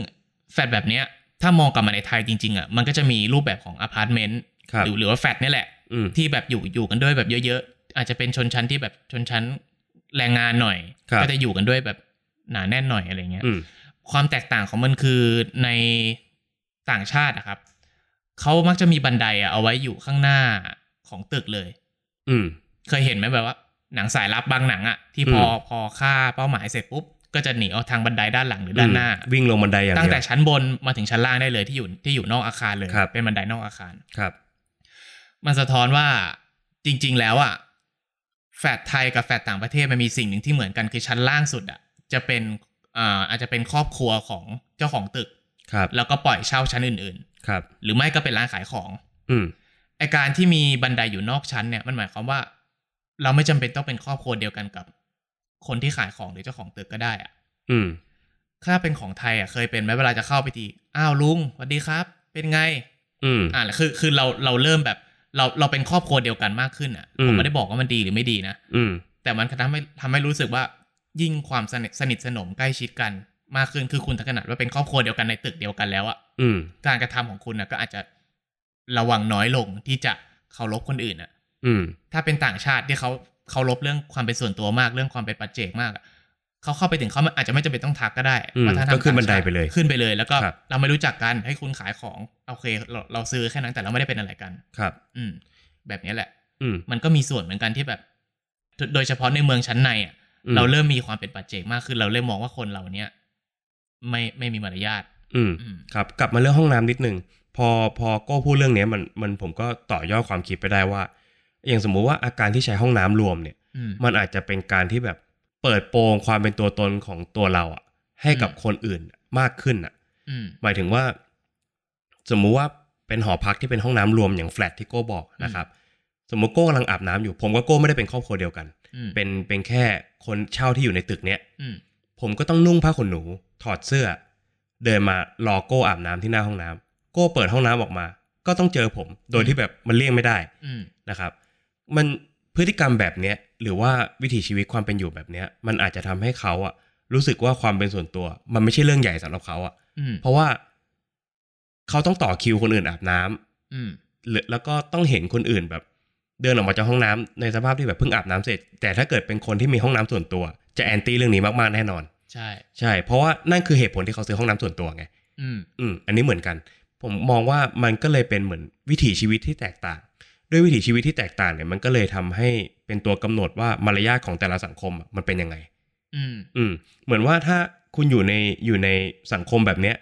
S2: แฟลตแบบเนี้ย ถ้ามองกลับมาในไทยจริง ๆอ่ะมันก็จะมีรูปแบบของอพาร์ตเมนต์
S1: ครับ
S2: หรือหรือว่าแฟลตเนี่ยแหละ
S1: อืม
S2: ที่แบบอยู่อยู่กันด้วยแบบเยอะๆ อาจจะเป็นชนชั้นที่แบบชนชั้นแรงงานหน่อย
S1: ครับ
S2: ก็จะอยู่กันด้วยแบบหนาแน่นหน่อยอะไรเงี้ย
S1: อืม
S2: ความแตกต่างของมันคือในต่างชาตินะครับเขามักจะมีบันไดอะเอาไว้อยู่ข้างหน้าของตึกเลย
S1: อืม
S2: เคยเห็นไหมแบบว่า หนังสายลับบางหนังอะที่พอพอฆ่าเป้าหมายเสร็จปุ๊บ ก็จะหนีออกทางบันไดด้านหลังหรือด้านหน้า
S1: วิ่งลงบันไดอย่าง
S2: ตั้ง
S1: เดี
S2: แต่
S1: ยว
S2: ชั้นบนมาถึงชั้นล่างได้เลยที่อยู่ที่อยู่นอกอาคารเลย
S1: ครับ
S2: เป็นบันไดนอกอาคาร
S1: ครับ
S2: มันสะท้อนว่าจริง ๆ แล้วอะแฟดไทยกับแฟดต่างประเทศมันมีสิ่งหนึ่งที่เหมือนกันคือชั้นล่างสุดอะจะเป็นอ่าอาจจะเป็นครอบครัวของเจ้าของตึก
S1: ครับ
S2: แล้วก็ปล่อยเช่าชั้นอื่น
S1: ครับ
S2: ๆ หรือไม่ก็เป็นร้านขายของ
S1: อืม
S2: ไอการที่มีบันไดอยู่นอกชั้นเนี่ยมันหมายความว่า เราไม่จำเป็นต้องเป็นครอบครัวเดียวกันกับ คนที่ขายของหรือเจ้าของตึกก็ได้อะ
S1: อืม
S2: ถ้าเป็นของไทยอ่ะเคยเป็นไหมเวลาจะเข้าไปทีอ้าวลุงสวัสดีครับ เป็นไง
S1: อืม
S2: อ่าคือคือเราเราเริ่มแบบ เราเราเป็นครอบครัวเดียวกันมากขึ้นอ่ะ
S1: อืม
S2: ผมไม่ได้บอกว่ามันดีหรือไม่ดีนะ
S1: อืม
S2: แต่มันทำให้ทำให้รู้สึกว่า ยิ่งความสนิทสนิทสนมใกล้ชิดกันมากขึ้นคือคุณถึงขนาดว่าเป็นครอบครัวเดียวกันในตึกเดียวกันแล้วอ่ะ
S1: อืม
S2: การกระทำของคุณนะก็อาจจะระวังน้อยลงที่จะเคารพคนอื่นอ่ะ
S1: อืม
S2: ถ้าเป็นต่างชาติที่เขาเคารพเรื่องความเป็นส่วนตัวมากเรื่องความเป็นปัจเจกมากอะเขาเข้าไปถึงเขาอาจจะไม่จำเป็นต้องทักก็ได้
S1: อืม
S2: วัฒธรรม
S1: ก็ขึ้นบันไดไปเลย
S2: ต่างชาติขึ้นไปเลย แล้วก็
S1: ครับ
S2: เราไม่รู้จักกันให้คุณขายของโอเคเราเราซื้อแค่นั้นแต่เราไม่ได้เป็นอะไรกัน
S1: ครับ
S2: อืม แบบเนี้ยแหละ
S1: อืม
S2: มันก็มีส่วนเหมือนกันที่แบบ โดยเฉพาะในเมืองชั้นในอะ
S1: อืม
S2: เราเริ่มมีความเป็นปัจเจกมากขึ้นเราเริ่มมองว่าคนเราเนี้ยไม่ไม่มีมารยาท
S1: อืม
S2: อืม
S1: ครับกลับมาเรื่องห้องน้ำนิดนึงพอพอโก้พูดเรื่องเนี้ยมันมันผมก็ต่อยอดความคิดไปได้ว่า อย่างสมมุติว่าอาการที่ใช้ห้องน้ำรวมเนี่ย
S2: อืม
S1: มันอาจจะเป็นการที่แบบเปิดโปงความเป็นตัวตนของตัวเราอะให้กับ
S2: อืม
S1: คนอื่นมากขึ้นอะ
S2: อืม
S1: หมายถึงว่า สมมุติว่าเป็นหอพักที่เป็นห้องน้ำรวมอย่างแฟลตที่โก้บอกนะครับ สมมติโก้กำลังอาบน้ำอยู่ ผมกับโก้ไม่ได้เป็นครอบครัวเดียวกัน
S2: อืม
S1: เป็นเป็นแค่คนเช่าที่อยู่ในตึกเนี้ย
S2: อืม
S1: ผมก็ต้องนุ่งผ้าขนหนู ถอดเสื้อ เดินมารอโก้อาบน้ำที่หน้าห้องน้ำโก้เปิดห้องน้ำออกมา ก็ต้องเจอผม โดยที่แบบมันเลี่ยงไม่ได้
S2: อืม
S1: นะครับ มัน พฤติกรรมแบบเนี้ยหรือว่าวิถีชีวิตความเป็นอยู่แบบเนี้ย มันอาจจะทำให้เขาอะรู้สึกว่าความเป็นส่วนตัว มันไม่ใช่เรื่องใหญ่สำหรับเขาอะ
S2: อืม
S1: เพราะว่าเขาต้องต่อคิวคนอื่นอาบน้ำ
S2: อืม
S1: หรือแล้วก็ต้องเห็นคนอื่นแบบ เดินออกมาจากห้องน้ำในสภาพที่แบบเพิ่งอาบน้ำเสร็จ แต่ถ้าเกิดเป็นคนที่มีห้องน้ำส่วนตัว จะแอนตี้เรื่องนี้มากๆแน่นอน
S2: ใช่
S1: ใช่ เพราะว่านั่นคือเหตุผลที่เขาซื้อห้องน้ำส่วนตัวไง
S2: อืม
S1: อืมอันนี้เหมือนกัน ผมมองว่ามันก็เลยเป็นเหมือนวิถีชีวิตที่แตกต่าง ด้วยวิถีชีวิตที่แตกต่างเนี่ยมันก็เลยทำให้เป็นตัวกำหนดว่ามารยาทของแต่ละสังคมอะมันเป็นยังไง
S2: อืม
S1: อืมเหมือนว่าถ้าคุณอยู่ในอยู่ในสังคมแบบเนี้ย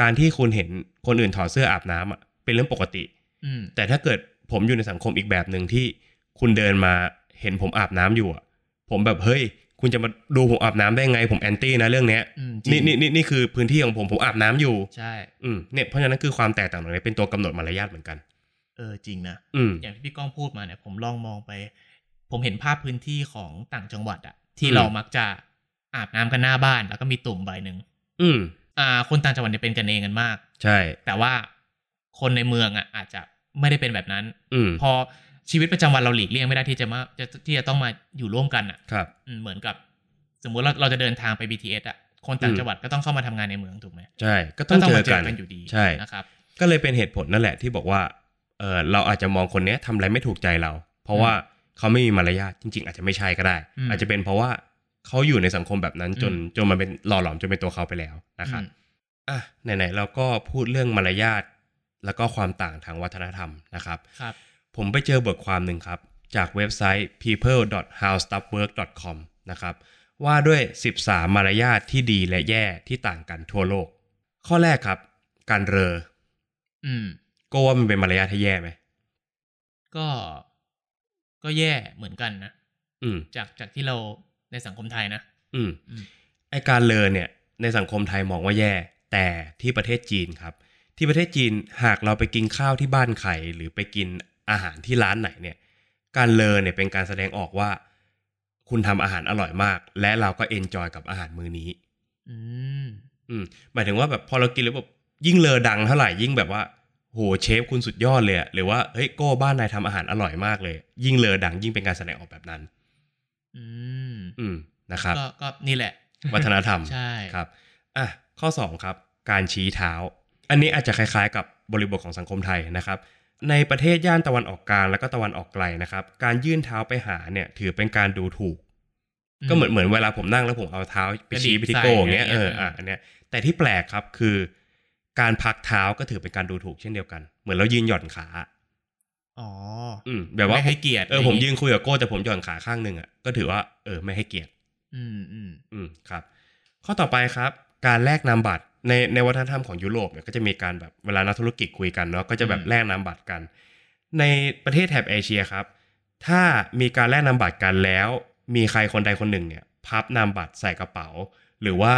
S1: การที่คุณเห็นคนอื่นถอดเสื้ออาบน้ำอ่ะเป็นเรื่องปกติ
S2: อืม
S1: แต่ถ้าเกิดผมอยู่ในสังคมอีกแบบหนึ่งที่คุณเดินมาเห็นผมอาบน้ำอยู่อะผมแบบเฮ้ย คุณจะมาดูผมอาบน้ำได้ไง ผมแอนตี้นะเรื่องเนี้ย
S2: อืมจริ
S1: นี่
S2: ง
S1: นี่นี่นี่คือพื้นที่ของผมผมอาบน้ำอยู่
S2: ใช่
S1: อืมเนี่ยเพราะฉะนั้นคือความแตกต่างตรงนี้เป็นตัวกำหนดมารยาทเหมือนกัน
S2: เออ จริงนะ
S1: อืม
S2: อย่างที่พี่ก้องพูดมาเนี่ย ผมลองมองไป ผมเห็นภาพพื้นที่ของต่างจังหวัดอะที่
S1: อืม
S2: เรามักจะอาบน้ำกันหน้าบ้าน แล้วก็มีตุ่มใบหนึ่ง
S1: อืม
S2: อ่า คนต่างจังหวัดเนี่ยเป็นกันเองกันมาก
S1: ใช่
S2: แต่ว่าคนในเมืองอะอาจจะไม่ได้เป็นแบบนั้น
S1: อืม
S2: พอชีวิตประจำวันเราหลีกเลี่ยงไม่ได้ที่จะมาจะที่จะต้องมาอยู่ร่วมกันอะ
S1: ครับ
S2: อืมเหมือนกับ สมมุติเราเราจะเดินทางไป BTS อะคนต่าง
S1: อืม
S2: จังหวัดก็ต้องเข้ามาทำงานในเมืองถูกไหม
S1: ใช่ ก็ต้องเจ
S2: มา
S1: อกัน
S2: อยู่ดี
S1: ใช่
S2: นะครับ
S1: ก็เลยเป็นเหตุผลนั่นแหละที่บอกว่าเออเราอาจจะมองคนเนี้ยทำอะไรไม่ถูกใจเรา เพราะว่าเขาไม่มีมารยาทจริง ๆ อาจจะไม่ใช่ก็ได้
S2: อืม
S1: อาจจะเป็นเพราะว่าเขาอยู่ในสังคมแบบนั้นจน
S2: อืม
S1: จนมันเป็นหล่อหลอมจนเป็นตัวเขาไปแล้วนะครับอ่ะไหนๆเราก็พูดเรื่องมารยาทแล้วก็ความต่างทางวัฒนธรรมนะครับ
S2: ครับ
S1: ผมไปเจอบทความหนึ่งครับ จากเว็บไซต์ people.howstuffwork.com นะครับว่าด้วย 13 มารยาทที่ดีและแย่ที่ต่างกันทั่วโลก ข้อแรกครับ การเรอ
S2: อืม
S1: ก็ว่ามันเป็นมารยาทที่แย่ไหม
S2: ก็ก็แย่เหมือนกันนะ
S1: อืม
S2: จากจากที่เราในสังคมไทยนะ
S1: อืม
S2: อืม
S1: ไอการเลอเนี่ย ในสังคมไทยมองว่าแย่ แต่ที่ประเทศจีนครับ ที่ประเทศจีนหากเราไปกินข้าวที่บ้านใครหรือไปกินอาหารที่ร้านไหนเนี่ย การเลอเนี่ยเป็นการแสดงออกว่า คุณทำอาหารอร่อยมาก และเราก็เอนจอยกับอาหารมื้อนี้
S2: อืม
S1: อืม หมายถึงว่าแบบพอเรากินแล้วแบบยิ่งเลอดังเท่าไหร่ยิ่งแบบว่าโหเชฟคุณสุดยอดเลยอะหรือว่าเฮ้ยโก้บ้านนายทำอาหารอร่อยมากเลย ยิ่งเลอดังยิ่งเป็นการแสดงออกแบบนั้น
S2: อืม
S1: อืมนะครับ
S2: ก็ก็นี่แหละ
S1: วัฒนธรรม
S2: ใช่
S1: ครับอ่ะข้อ 2 ครับ การชี้เท้า อันนี้อาจจะคล้ายๆ กับบริบทของสังคมไทยนะครับ ในประเทศย่านตะวันออกกลางและก็ตะวันออกไกลนะครับ การยื่นเท้าไปหาเนี่ยถือเป็นการดูถูก ก็เหมือนเหมือนเวลาผมนั่งแล้วผมเอาเท้าไปชี้ไปที่โก้อย่างเงี้ย
S2: กระ
S1: เอ
S2: ดิ
S1: อก
S2: ใส่อะไรเงี้ย
S1: อ่ะอันเนี้ยแต่ที่แปลกครับคือ การพักเท้าก็ถือเป็นการดูถูกเช่นเดียวกัน เหมือนเรายืนหย่อนขา
S2: อ๋อ
S1: อืมแบบว่า
S2: ไม่ให้เกียรติ
S1: เออผมยืนคุยกับโก้แต่ผมหย่อนขาข้างหนึ่งอ่ะก็ถือว่าเออไม่ให้เกียรติ
S2: อืมอืม
S1: อืมครับข้อต่อไปครับ การแลกนามบัตรในในวัฒนธรรมของยุโรปเนี่ยก็จะมีการแบบเวลานักธุรกิจคุยกันเนาะก็จะแบบแลกนามบัตรกัน ในประเทศแถบเอเชียครับ ถ้ามีการแลกนามบัตรกันแล้ว มีใครคนใดคนหนึ่งเนี่ยพับนามบัตรใส่กระเป๋า หรือว่า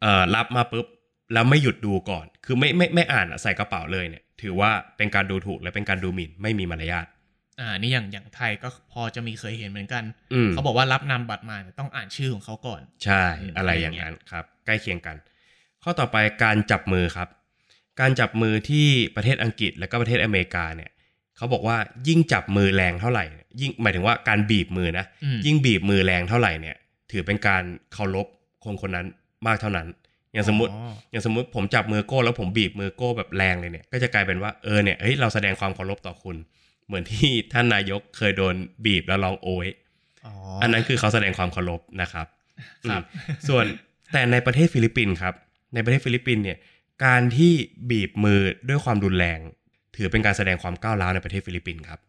S1: เอ่อรับมาปุ๊บแล้วไม่หยุดดูก่อน คือไม่ไม่ไม่อ่านอะใส่กระเป๋าเลยเนี่ย ถือว่าเป็นการดูถูกและเป็นการดูหมิ่นไม่มีมารยาท
S2: อ่า นี่อย่างอย่างไทยก็พอจะมีเคยเห็นเหมือนกัน
S1: อืม
S2: เขาบอกว่ารับนามบัตรมาเนี่ยต้องอ่านชื่อของเขาก่อน
S1: ใช่
S2: อืม
S1: อะไรอย่างนั้นครับ ใกล้เคียงกัน ข้อต่อไปการจับมือครับ การจับมือที่ประเทศอังกฤษและก็ประเทศอเมริกาเนี่ยเขาบอกว่ายิ่งจับมือแรงเท่าไหร่เนี่ยยิ่งหมายถึงว่าการบีบมือนะ
S2: อืม
S1: ยิ่งบีบมือแรงเท่าไหร่เนี่ย ถือเป็นการเคารพคนคนนั้นมากเท่านั้น อย่างสมมติ
S2: อ๋อ
S1: อย่างสมมติผมจับมือโก้แล้วผมบีบมือโก้แบบแรงเลยเนี่ย ก็จะกลายเป็นว่าเออเนี่ยเฮ้ยเราแสดงความเคารพต่อคุณ เหมือนที่ท่านนายกเคยโดนบีบแล้วร้องโอย
S2: อ๋อ
S1: อันนั้นคือเขาแสดงความเคารพนะครับ
S2: ครับ
S1: ส่วนแต่ในประเทศฟิลิปปินส์ครับ ในประเทศฟิลิปปินส์เนี่ยการที่บีบมือด้วยความรุนแรง ถือเป็นการแสดงความก้าวร้าวในประเทศฟิลิปปินส์ครับ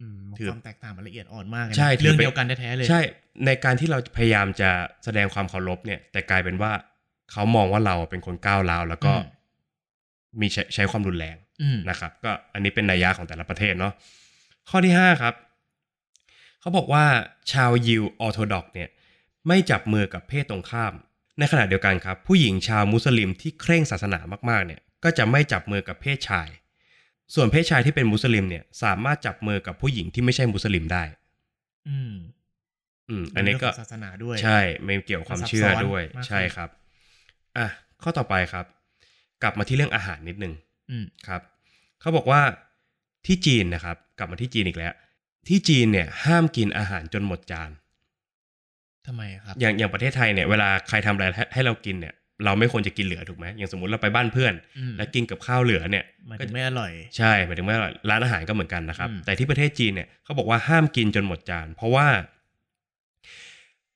S2: อืม
S1: ถือ
S2: ความแตกต่างมันละเอียดอ่อนมากเลยนะ
S1: ใช่ถือเป็น
S2: เรื่องเดียวกันแท้ๆเลย
S1: ใช่ในการที่เราพยายามจะแสดงความเคารพเนี่ย แต่กลายเป็นว่าเขามองว่าเราเป็นคนก้าวร้าวแล้วก็มีใช้ใช้ความรุนแรง
S2: อืม
S1: นะครับ ก็อันนี้เป็นนัยยะของแต่ละประเทศเนาะข้อที่ห้าครับ เขาบอกว่าชาวยิวออร์โธดอกซ์เนี่ย ไม่จับมือกับเพศตรงข้าม ในขณะเดียวกันครับ ผู้หญิงชาวมุสลิมที่เคร่งศาสนามากๆเนี่ยก็จะไม่จับมือกับเพศชาย ส่วนเพศชายที่เป็นมุสลิมเนี่ยสามารถจับมือกับผู้หญิงที่ไม่ใช่มุสลิมได้
S2: อืม
S1: อืม อันนี้ก็
S2: เรื่งขงศาสนาด้วย
S1: ใช่ไม่เกี่ยวกับความเชื่อด้วย
S2: ซับซ้อนมาก
S1: ใช่ครับอ่ะข้อต่อไปครับ กลับมาที่เรื่องอาหารนิดนึง
S2: อืม
S1: ครับ เขาบอกว่าที่จีนนะครับ กลับมาที่จีนอีกแล้ว ท ที่จีนเนี่ยห้ามกินอาหารจนหมดจาน
S2: ทำไมอะครับ
S1: อย่างอย่างประเทศไทยเนี่ยเวลาใครทำอะไรให้ให้เรากินเนี่ย เราไม่ควรจะกินเหลือถูกไหมอย่างสมมติเราไปบ้านเพื่อน
S2: อืม
S1: แล้วกินกับข้าวเหลือเนี่ย
S2: มันก็ไม่อร่อย
S1: ใช่หมายถึงว่าร้านอาหารก็เหมือนกันนะครับ
S2: อืม
S1: แต่ที่ประเทศจีนเนี่ยเขาบอกว่าห้ามกินจนหมดจาน เพราะว่า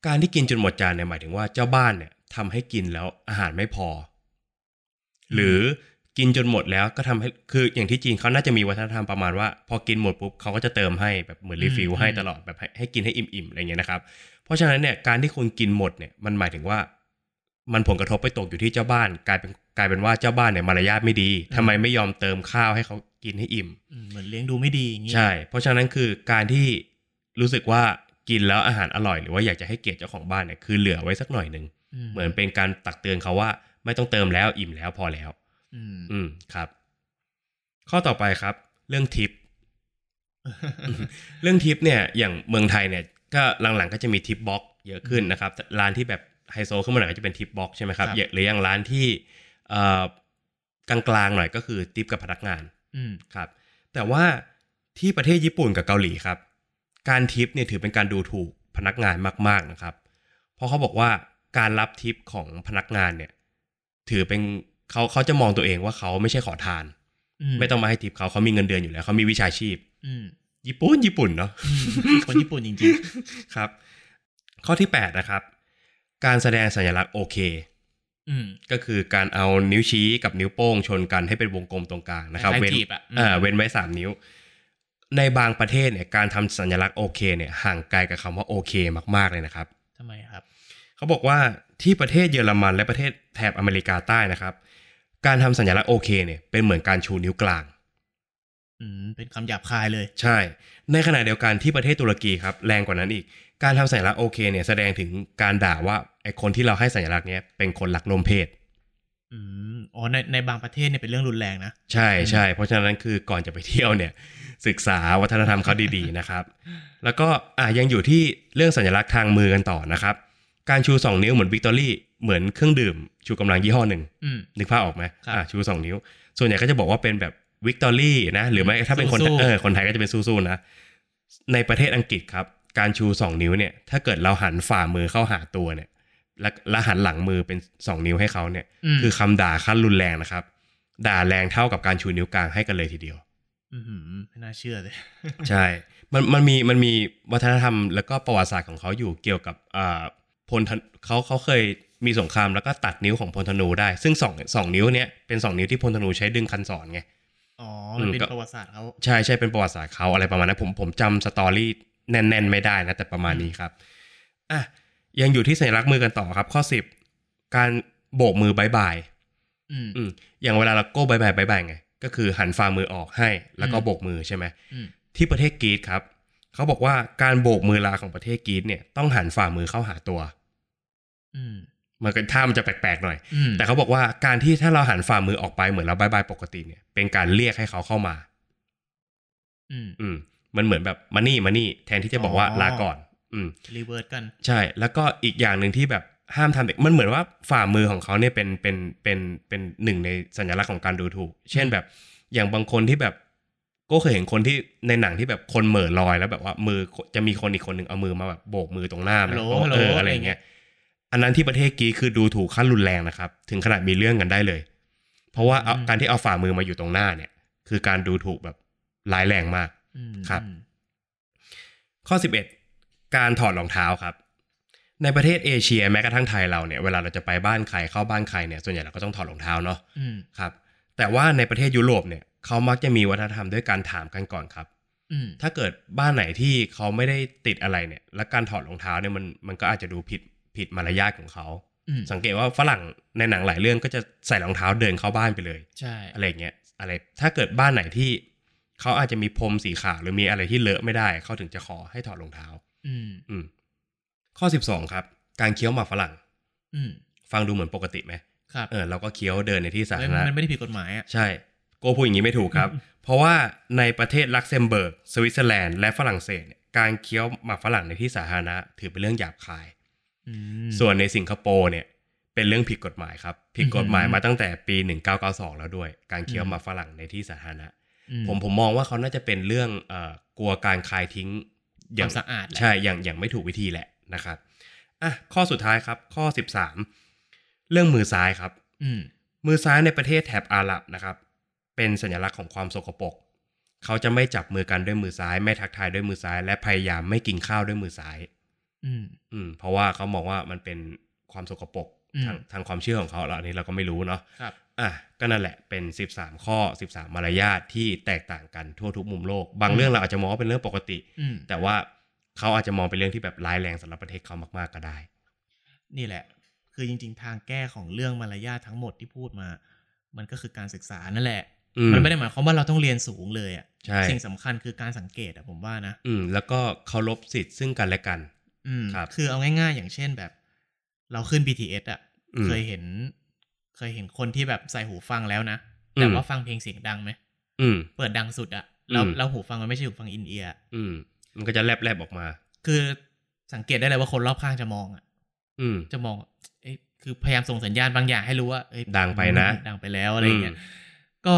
S1: การที่กินจนหมดจานเนี่ยหมายถึงว่าเจ้าบ้านเนี่ยทำให้กินแล้วอาหารไม่พอ หรือกินจนหมดแล้วก็ทำให้คืออย่างที่จีนเขาน่าจะมีวัฒนธรรมประมาณว่า พอกินหมดปุ๊บเขาก็จะเติมให้แบบเหมือนรีฟิล
S2: อืม
S1: ให้ตลอดแบบให้ให้กินให้อิ่มๆอะไรเงี้ยนะครับ เพราะฉะนั้นเนี่ยการที่คุณกินหมดเนี่ยมันหมายถึงว่า มันผลกระทบไปตกอยู่ที่เจ้าบ้าน กลายเป็นกลายเป็นว่าเจ้าบ้านเนี่ยมารยาทไม่ดีทำไมไม่ยอมเติมข้าวให้เขากินให้อิ่ม
S2: อืมเหมือนเลี้ยงดูไม่ดีอย่างงี้
S1: ใช่ เพราะฉะนั้นคือการที่รู้สึกว่ากินแล้วอาหารอร่อย หรือว่าอยากจะให้เกียรติเจ้าของบ้านเนี่ยคือเหลือไว้สักหน่อยหนึ่งเหมือนเป็นการตักเตือนเขาว่า ไม่ต้องเติมแล้วอิ่มแล้วพอแล้ว
S2: อืม
S1: อืมครับ ข้อต่อไปครับ เรื่องทิป เรื่องทิปเนี่ยอย่างเมืองไทยเนี่ยก็หลังๆก็จะมีทิปบล็อกเยอะขึ้นนะครับร้านที่แบบไฮโซขึ้นมาหน่อยก็จะเป็นทิปบล็อกใช่ไหมครับ
S2: ครับ
S1: เยอะหรืออย่างร้านที่เอ่อกลางๆหน่อยก็คือทิปกับพนักงาน
S2: อืม
S1: ครับ แต่ว่าที่ประเทศญี่ปุ่นกับเกาหลีครับ การทิปเนี่ยถือเป็นการดูถูกพนักงานมากๆนะครับ เพราะเขาบอกว่าการรับทิปของพนักงานเนี่ย ถือเป็นเขาเขาจะมองตัวเองว่าเขาไม่ใช่ขอทาน ไม่ต้องมาให้ทิปเขาเขามีเงินเดือนอยู่แล้วเขามีวิชาชีพ
S2: อืม
S1: ญี่ปุ่นญี่ปุ่นเนาะ
S2: อืมคนญี่ปุ่นจริง
S1: ครับ ข้อที่ 8 นะครับ การแสดงสัญลักษณ์โอเค
S2: ๆอืม
S1: ก็คือการเอานิ้วชี้กับนิ้วโป้งชนกันให้เป็นวงกลมตรงกลางนะครับ
S2: ล้ายๆ
S1: เว้น
S2: จีบอ่ะม
S1: อ่าเว้นไว้ 3 นิ้ว ในบางประเทศเนี่ยการทำสัญลักษณ์โอเคเนี่ยห่างไกลกับคำว่าโอเคมากๆเลยนะครับ
S2: ทำไมครับ
S1: เขาบอกว่าที่ประเทศเยอรมันและประเทศแถบอเมริกาใต้นะครับ การทำสัญลักษณ์โอเคเนี่ยเป็นเหมือนการชูนิ้วกลาง
S2: อืมเป็นคำหยาบคายเลย
S1: ใช่ ในขณะเดียวกันที่ประเทศตุรกีครับ แรงกว่านั้นอีก การทำสัญลักษณ์โอเคเนี่ยแสดงถึงการด่าว่าไอคนที่เราให้สัญลักษณ์เนี้ยเป็นคนรักนมเพศ
S2: อืมอ๋อในในบางประเทศเนี่ยเป็นเรื่องรุนแรงนะ
S1: ใช่ใช่ เพราะฉะนั้นคือก่อนจะไปเที่ยวเนี่ย ศึกษาวัฒนธรรมเขาดีๆ นะครับ แล้วก็อ่ะยังอยู่ที่เรื่องสัญลักษณ์ทางมือกันต่อนะครับ การชู 2 นิ้วเหมือนวิกตอรี่เหมือนเครื่องดื่ม ชูกำลังยี่ห้อหนึ่ง
S2: อืม
S1: นึกภาพออกไหม
S2: ครับ
S1: อ่ะชู 2 นิ้ว ส่วนใหญ่ก็จะบอกว่าเป็นแบบวิกตอรี่นะหรือไม่ถ้าเป็นคน
S2: สู้ๆ
S1: เออคนไทยก็จะเป็นสู้ๆนะในประเทศอังกฤษครับ การชู 2 นิ้วเนี่ย ถ้าเกิดเราหันฝ่ามือเข้าหาตัวเนี่ย และและหันหลังมือเป็น 2 นิ้วให้เขาเนี่ย
S2: ม
S1: คือคำด่าขั้นรุนแรงนะครับ ด่าแรงเท่ากับการชูนิ้วกลางให้กันเลยทีเดียว
S2: อหือไม่น่าเชื่อเลย
S1: ใช่ มันมันมีมันมีวัฒนธรรมแล้วก็ประวัติศาสตร์ของเขาอยู่เกี่ยวกับอ่าพลธนเขาเขาเคยมีสงครามแล้วก็ตัดนิ้วของพลธนูได้ ซึ่งสองสองนิ้วเนี้ยเป็นสองนิ้วที่พลธนูใช้ดึงคันศรไง
S2: อ๋อ มันเป็น
S1: อืมก็
S2: ประวัติศาสตร์เขา
S1: ใช่ใช่เป็นประวัติศาสตร์เขาอะไรประมาณนั้นผมผมจำสตอรี่แน่น ๆ ไม่ได้นะ แต่ประมาณนี้ครับอ่ะยังอยู่ที่สัญลักษณ์มือกันต่อครับ ข้อ 10 การโบกมือบายบาย
S2: อืม
S1: อืมอย่างเวลาเราโก้บายบายบายบายไง ก็คือหันฝ่ามือออกให้แล้วก็
S2: อืม
S1: โบกมือใช่ไหม
S2: อืม
S1: ที่ประเทศกรีซครับ เขาบอกว่าการโบกมือลาของประเทศกรีซเนี่ยต้องหันฝ่ามือเข้าหาตัว
S2: อืม
S1: มันก็ท่ามันจะแปลกๆหน่อย
S2: อืม
S1: แต่เขาบอกว่าการที่ถ้าเราหันฝ่ามือออกไปเหมือนเราบายบายปกติเนี่ยเป็นการเรียกให้เขาเข้ามา
S2: อืม
S1: อืมมันเหมือนแบบมานี่มานี่แทนที่จะบอกว่า
S2: อ๋อ
S1: ลาก่อน อืม
S2: รีเวิร์สกัน
S1: ใช่ แล้วก็อีกอย่างหนึ่งที่แบบห้ามทำเด็กมันเหมือนว่าฝ่ามือของเขาเนี่ยเป็นเป็นเป็นเป็นหนึ่งในสัญลักษณ์ของการดูถูก เช่นแบบอย่างบางคนที่แบบก็เคยเห็นคนที่ในหนังที่แบบคนเหม่อลอยแล้วแบบว่ามือจะมีคนอีกคนหนึ่งเอามือมาแบบโบกมือตรงหน้าไหม
S2: ฮัลโห
S1: บ
S2: ล
S1: อกว่าเออ
S2: ฮัลโหล
S1: อะไรอย่างเงี้ย อันนั้นที่ประเทศกรีซคือดูถูกขั้นรุนแรงนะครับ ถึงขนาดมีเรื่องกันได้เลย เพราะว่าเอาการที่เอาฝ่ามือมาอยู่ตรงหน้าเนี่ย คือการดูถูกแบบร้ายแรงมาก
S2: อืม
S1: ครับ
S2: อืม
S1: ข้อ 11 การถอดรองเท้าครับ ในประเทศเอเชียแม้กระทั่งไทยเราเนี่ยเวลาเราจะไปบ้านใครเข้าบ้านใครเนี่ยส่วนใหญ่เราก็ต้องถอดรองเท้าเนาะ
S2: อืม
S1: ครับแต่ว่าในประเทศยุโรปเนี่ยเขามักจะมีวัฒนธรรมด้วยการถามกันก่อนครับ
S2: อืม
S1: ถ้าเกิดบ้านไหนที่เขาไม่ได้ติดอะไรเนี่ยและการถอดรองเท้าเนี่ยมันมันก็อาจจะดูผิดผิดมารยาทของเขา
S2: อืม
S1: สังเกตว่าฝรั่งในหนังหลายเรื่องก็จะใส่รองเท้าเดินเข้าบ้านไปเลย
S2: ใช่
S1: อะไรอย่างเงี้ยอะไรถ้าเกิดบ้านไหนที่เขาอาจจะมีพรมสีขาวหรือมีอะไรที่เลอะไม่ได้เขาถึงจะขอให้ถอดรองเท้า
S2: อืม
S1: อืมข้อ 12 ครับ การเคี้ยวหมากฝรั่ง
S2: อืม
S1: ฟังดูเหมือนปกติไหม
S2: ครับ
S1: เออเราก็เคี้ยวเดินในที่สา
S2: เฮ้ย
S1: ธารณะ
S2: มันไม่ได้ผิดกฎหมายอ่ะ
S1: ใช่โกพูดอย่างนี้ไม่ถูก
S2: *laughs*
S1: ครับ เพราะว่าในประเทศลักเซมเบิร์ก สวิตเซอร์แลนด์และฝรั่งเศสเนี่ยการเคี้ยวหมากฝรั่งในที่สาธารณะ ถือเป็นเรื่องหยาบคาย
S2: อืม
S1: ส่วนในสิงคโปร์เนี่ยเป็นเรื่องผิดกฎหมายครับ ผิดกฎหมาย
S2: อือหือ
S1: มาตั้งแต่ปี 1992 แล้วด้วย การเคี้ยวหมากฝรั่งในที่สาธารณะ
S2: อื
S1: ผมผมมองว่าเขาน่าจะเป็นเรื่องเอ่อ กลัวการคายทิ้งอย่ย่า
S2: อา
S1: ง ง
S2: สะอาดแหละ
S1: ใช่อย่างอย่างไม่ถูกวิธีแหละนะครับอ่ะข้อสุดท้ายครับ ข้อ 13 เรื่องมือซ้ายครับ
S2: อืม
S1: มือซ้ายในประเทศแถบอาหรับนะครับ เป็นสัญลักษณ์ของความสกปรกเขาจะไม่จับมือกันด้วยมือซ้าย ไม่ทักทายด้วยมือซ้าย และพยายามไม่กินข้าวด้วยมือซ้าย
S2: อืม
S1: อืม เพราะว่าเขามองว่ามันเป็นความสกปรก
S2: อืม
S1: ทางทางความเชื่อของเขาแล้วอันนี้เราก็ไม่รู้เนาะ
S2: ครับ
S1: อ่ะก็นั่นแหละเป็น 13 ข้อ 13 มารยาทที่แตกต่างกันทั่วทุกมุมโลก บาง
S2: อืม
S1: เรื่องเราอาจจะมองว่าเป็นเรื่องปกติ
S2: อืม
S1: แต่ว่าเขาอาจจะมองเป็นเรื่องที่แบบร้ายแรงสำหรับประเทศเขามากๆก็ได้
S2: นี่แหละ คือจริง ๆ ทางแก้ของเรื่องมารยาททั้งหมดที่พูดมา มันก็คือการศึกษานั่นแหละ
S1: อืม
S2: มันไม่ได้หมายความว่าเราต้องเรียนสูงเลยอะ
S1: ใช่
S2: สิ่งสำคัญคือการสังเกตอะผมว่านะ
S1: อืมแล้วก็เคารพสิทธิ์ซึ่งกันและกัน
S2: อืม
S1: ครับ
S2: คือเอาง่าย ๆ อย่างเช่นแบบ เราขึ้น BTS อะ
S1: อืม
S2: เคยเห็น เคยเห็นคนที่แบบใส่หูฟังแล้วนะ แต่
S1: อืม
S2: ว่าฟังเพลงเสียงดังไหม
S1: อืม
S2: เปิดดังสุดอะแล้ว
S1: อืม
S2: แล้วหูฟังมันไม่ใช่หูฟังอินเอียร์อะ
S1: อืม มันก็จะแลบๆออกมา
S2: คือสังเกตได้เลยว่าคนรอบข้างจะมองอะ
S1: อืม
S2: จะมองว่าเอ้ยคือพยายามส่งสัญญาณบางอย่างให้รู้ว่า เอ้ย
S1: ดังไปนะ
S2: ดังไปแล้วอะไรอย่างเงี้ย
S1: อืม
S2: ก็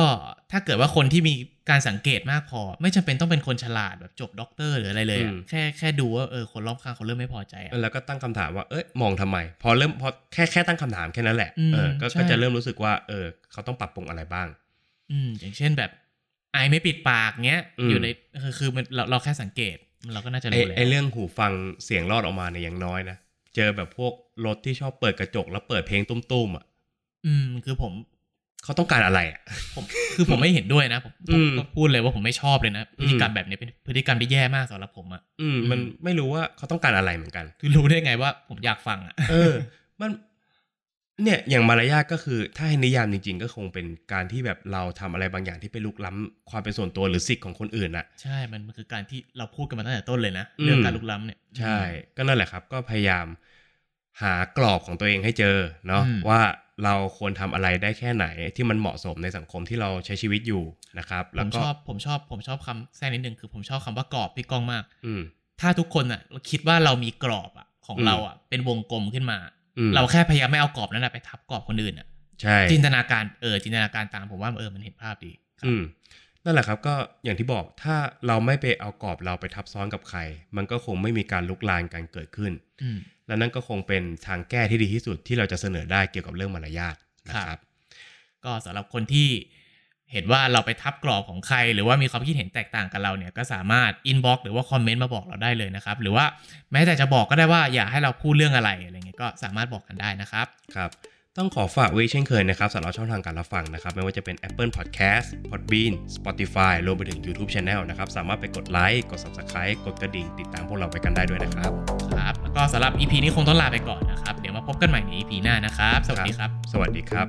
S2: ถ้าเกิดว่าคนที่มีการสังเกตมากพอ ไม่จำเป็นต้องเป็นคนฉลาดแบบจบด็อกเตอร์หรืออะไรเลยอะแค่แค่ดูว่าเออคนรอบข้างเขาเริ่มไม่พอใจอะ
S1: แล้วก็ตั้งคำถามว่าเอ้ยมองทำไม พอเริ่มพอแค่แค่ตั้งคำถามแค่นั้นแหละ
S2: อืม
S1: เออก็
S2: ใช่
S1: ก็จะเริ่มรู้สึกว่าเออเขาต้องปรับปรุงอะไรบ้าง
S2: อืมอย่างเช่นแบบไอไม่ปิดปากเงี้ย
S1: อืม
S2: อยู่ในคือคือมันเราเราแค่สังเกตเราก็น่าจะ
S1: ไอ
S2: รู้แล้ว
S1: ไอเรื่องหูฟังเสียงรอดออกมาเนี่ยยังน้อยนะเจอแบบพวกรถที่ชอบเปิดกระจกแล้วเปิดเพลงตุ้มๆอ่ะ
S2: อืมคือผม
S1: เขาต้องการอะไรอ่ะ
S2: ผมคือผมไม่เห็นด้วยนะผมผ
S1: อื
S2: ม
S1: ม
S2: ก็พูดเลยว่าผมไม่ชอบเลยนะพฤติกรรมแบบนี้เป็นพฤติกรรมที่แย่มากสำหรับผมอะ
S1: อืม มันไม่รู้ว่าเขาต้องการอะไรเหมือนกัน
S2: คือรู้ได้ไงว่าผมอยากฟังอะ
S1: เออ มัน เนี่ย อย่างมารยาทก็คือ ถ้าให้นิยามจริง ๆ ก็คงเป็นการที่แบบเราทำอะไรบางอย่างที่ไปลุกล้ำความเป็นส่วนตัวหรือสิทธิ์ของคนอื่นน่ะ
S2: ใช่ มันมันคือการที่เราพูดกันมาตั้งแต่ต้นเลยนะ
S1: อืม
S2: เรื่องการลุกล้ำเนี่ย
S1: ใช่ ก็นั่นแหละครับ ก็พยายาม หากรอบของตัวเองให้เจอเนาะ
S2: อืม
S1: ว่าเราควรทำอะไรได้แค่ไหนที่มันเหมาะสมในสังคมที่เราใช้ชีวิตอยู่นะครับ
S2: ผ
S1: แล้ว
S2: ม
S1: ก็
S2: ชอบผมชอบผมชอบคำแทรกนิดนึงคือผมชอบคำว่ากรอบพี่ก้องมาก
S1: อืม
S2: ถ้าทุกคนอ่ะเราคิดว่าเรามีกรอบอ่ะของ
S1: อืม
S2: เราอ่ะเป็นวงกลมขึ้นมา
S1: อืม
S2: เราแค่พยายามไม่เอากรอบนั้นนะไปทับกรอบคนอื่นอ่ะ
S1: ใช่
S2: จินตนาการเออจินตนาการตามผมว่าเออมันเห็นภาพดีครับ
S1: อืมนั่นแหละครับ ก็อย่างที่บอกถ้าเราไม่ไปเอากรอบเราไปทับซ้อนกับใคร มันก็คงไม่มีการลุกลานกันเกิดขึ้น
S2: อืม
S1: และนั่นก็คงเป็นทางแก้ที่ดีที่สุดที่เราจะเสนอได้เกี่ยวกับเรื่องมารยาทนะค
S2: ครั
S1: รับ บ
S2: ก็สำหรับคนที่เห็นว่าเราไปทับกรอบของใคร หรือว่ามีความคิดเห็นแตกต่างกับเราเนี่ยก็สามารถอินบ็อกหรือว่าคอมเมนต์มาบอกเราได้เลยนะครับ หรือว่าแม้แต่จะบอกก็ได้ว่าอยากให้เราพูดเรื่องอะไรอะไรเงี้ยก็สามารถบอกกันได้นะครับ
S1: ครับ ต้องขอฝากไว้เช่นเคยนะครับสำหรับช่องทางการรับฟังนะครับ ไม่ว่าจะเป็น Apple Podcast Podbean Spotify รวมไปถึง YouTube Channel นะครับ สามารถไปกดไลค์ กด Subscribe กดกระดิ่ง ติดตามพวกเราไปกันได้ด้วยนะครับ
S2: ครับ แล้วก็สำหรับ EP นี้คงต้องลาไปก่อนนะครับ เดี๋ยวมาพบกันใหม่ใน EP หน้านะครับ สวัสดีครับ
S1: สวัสดีครับ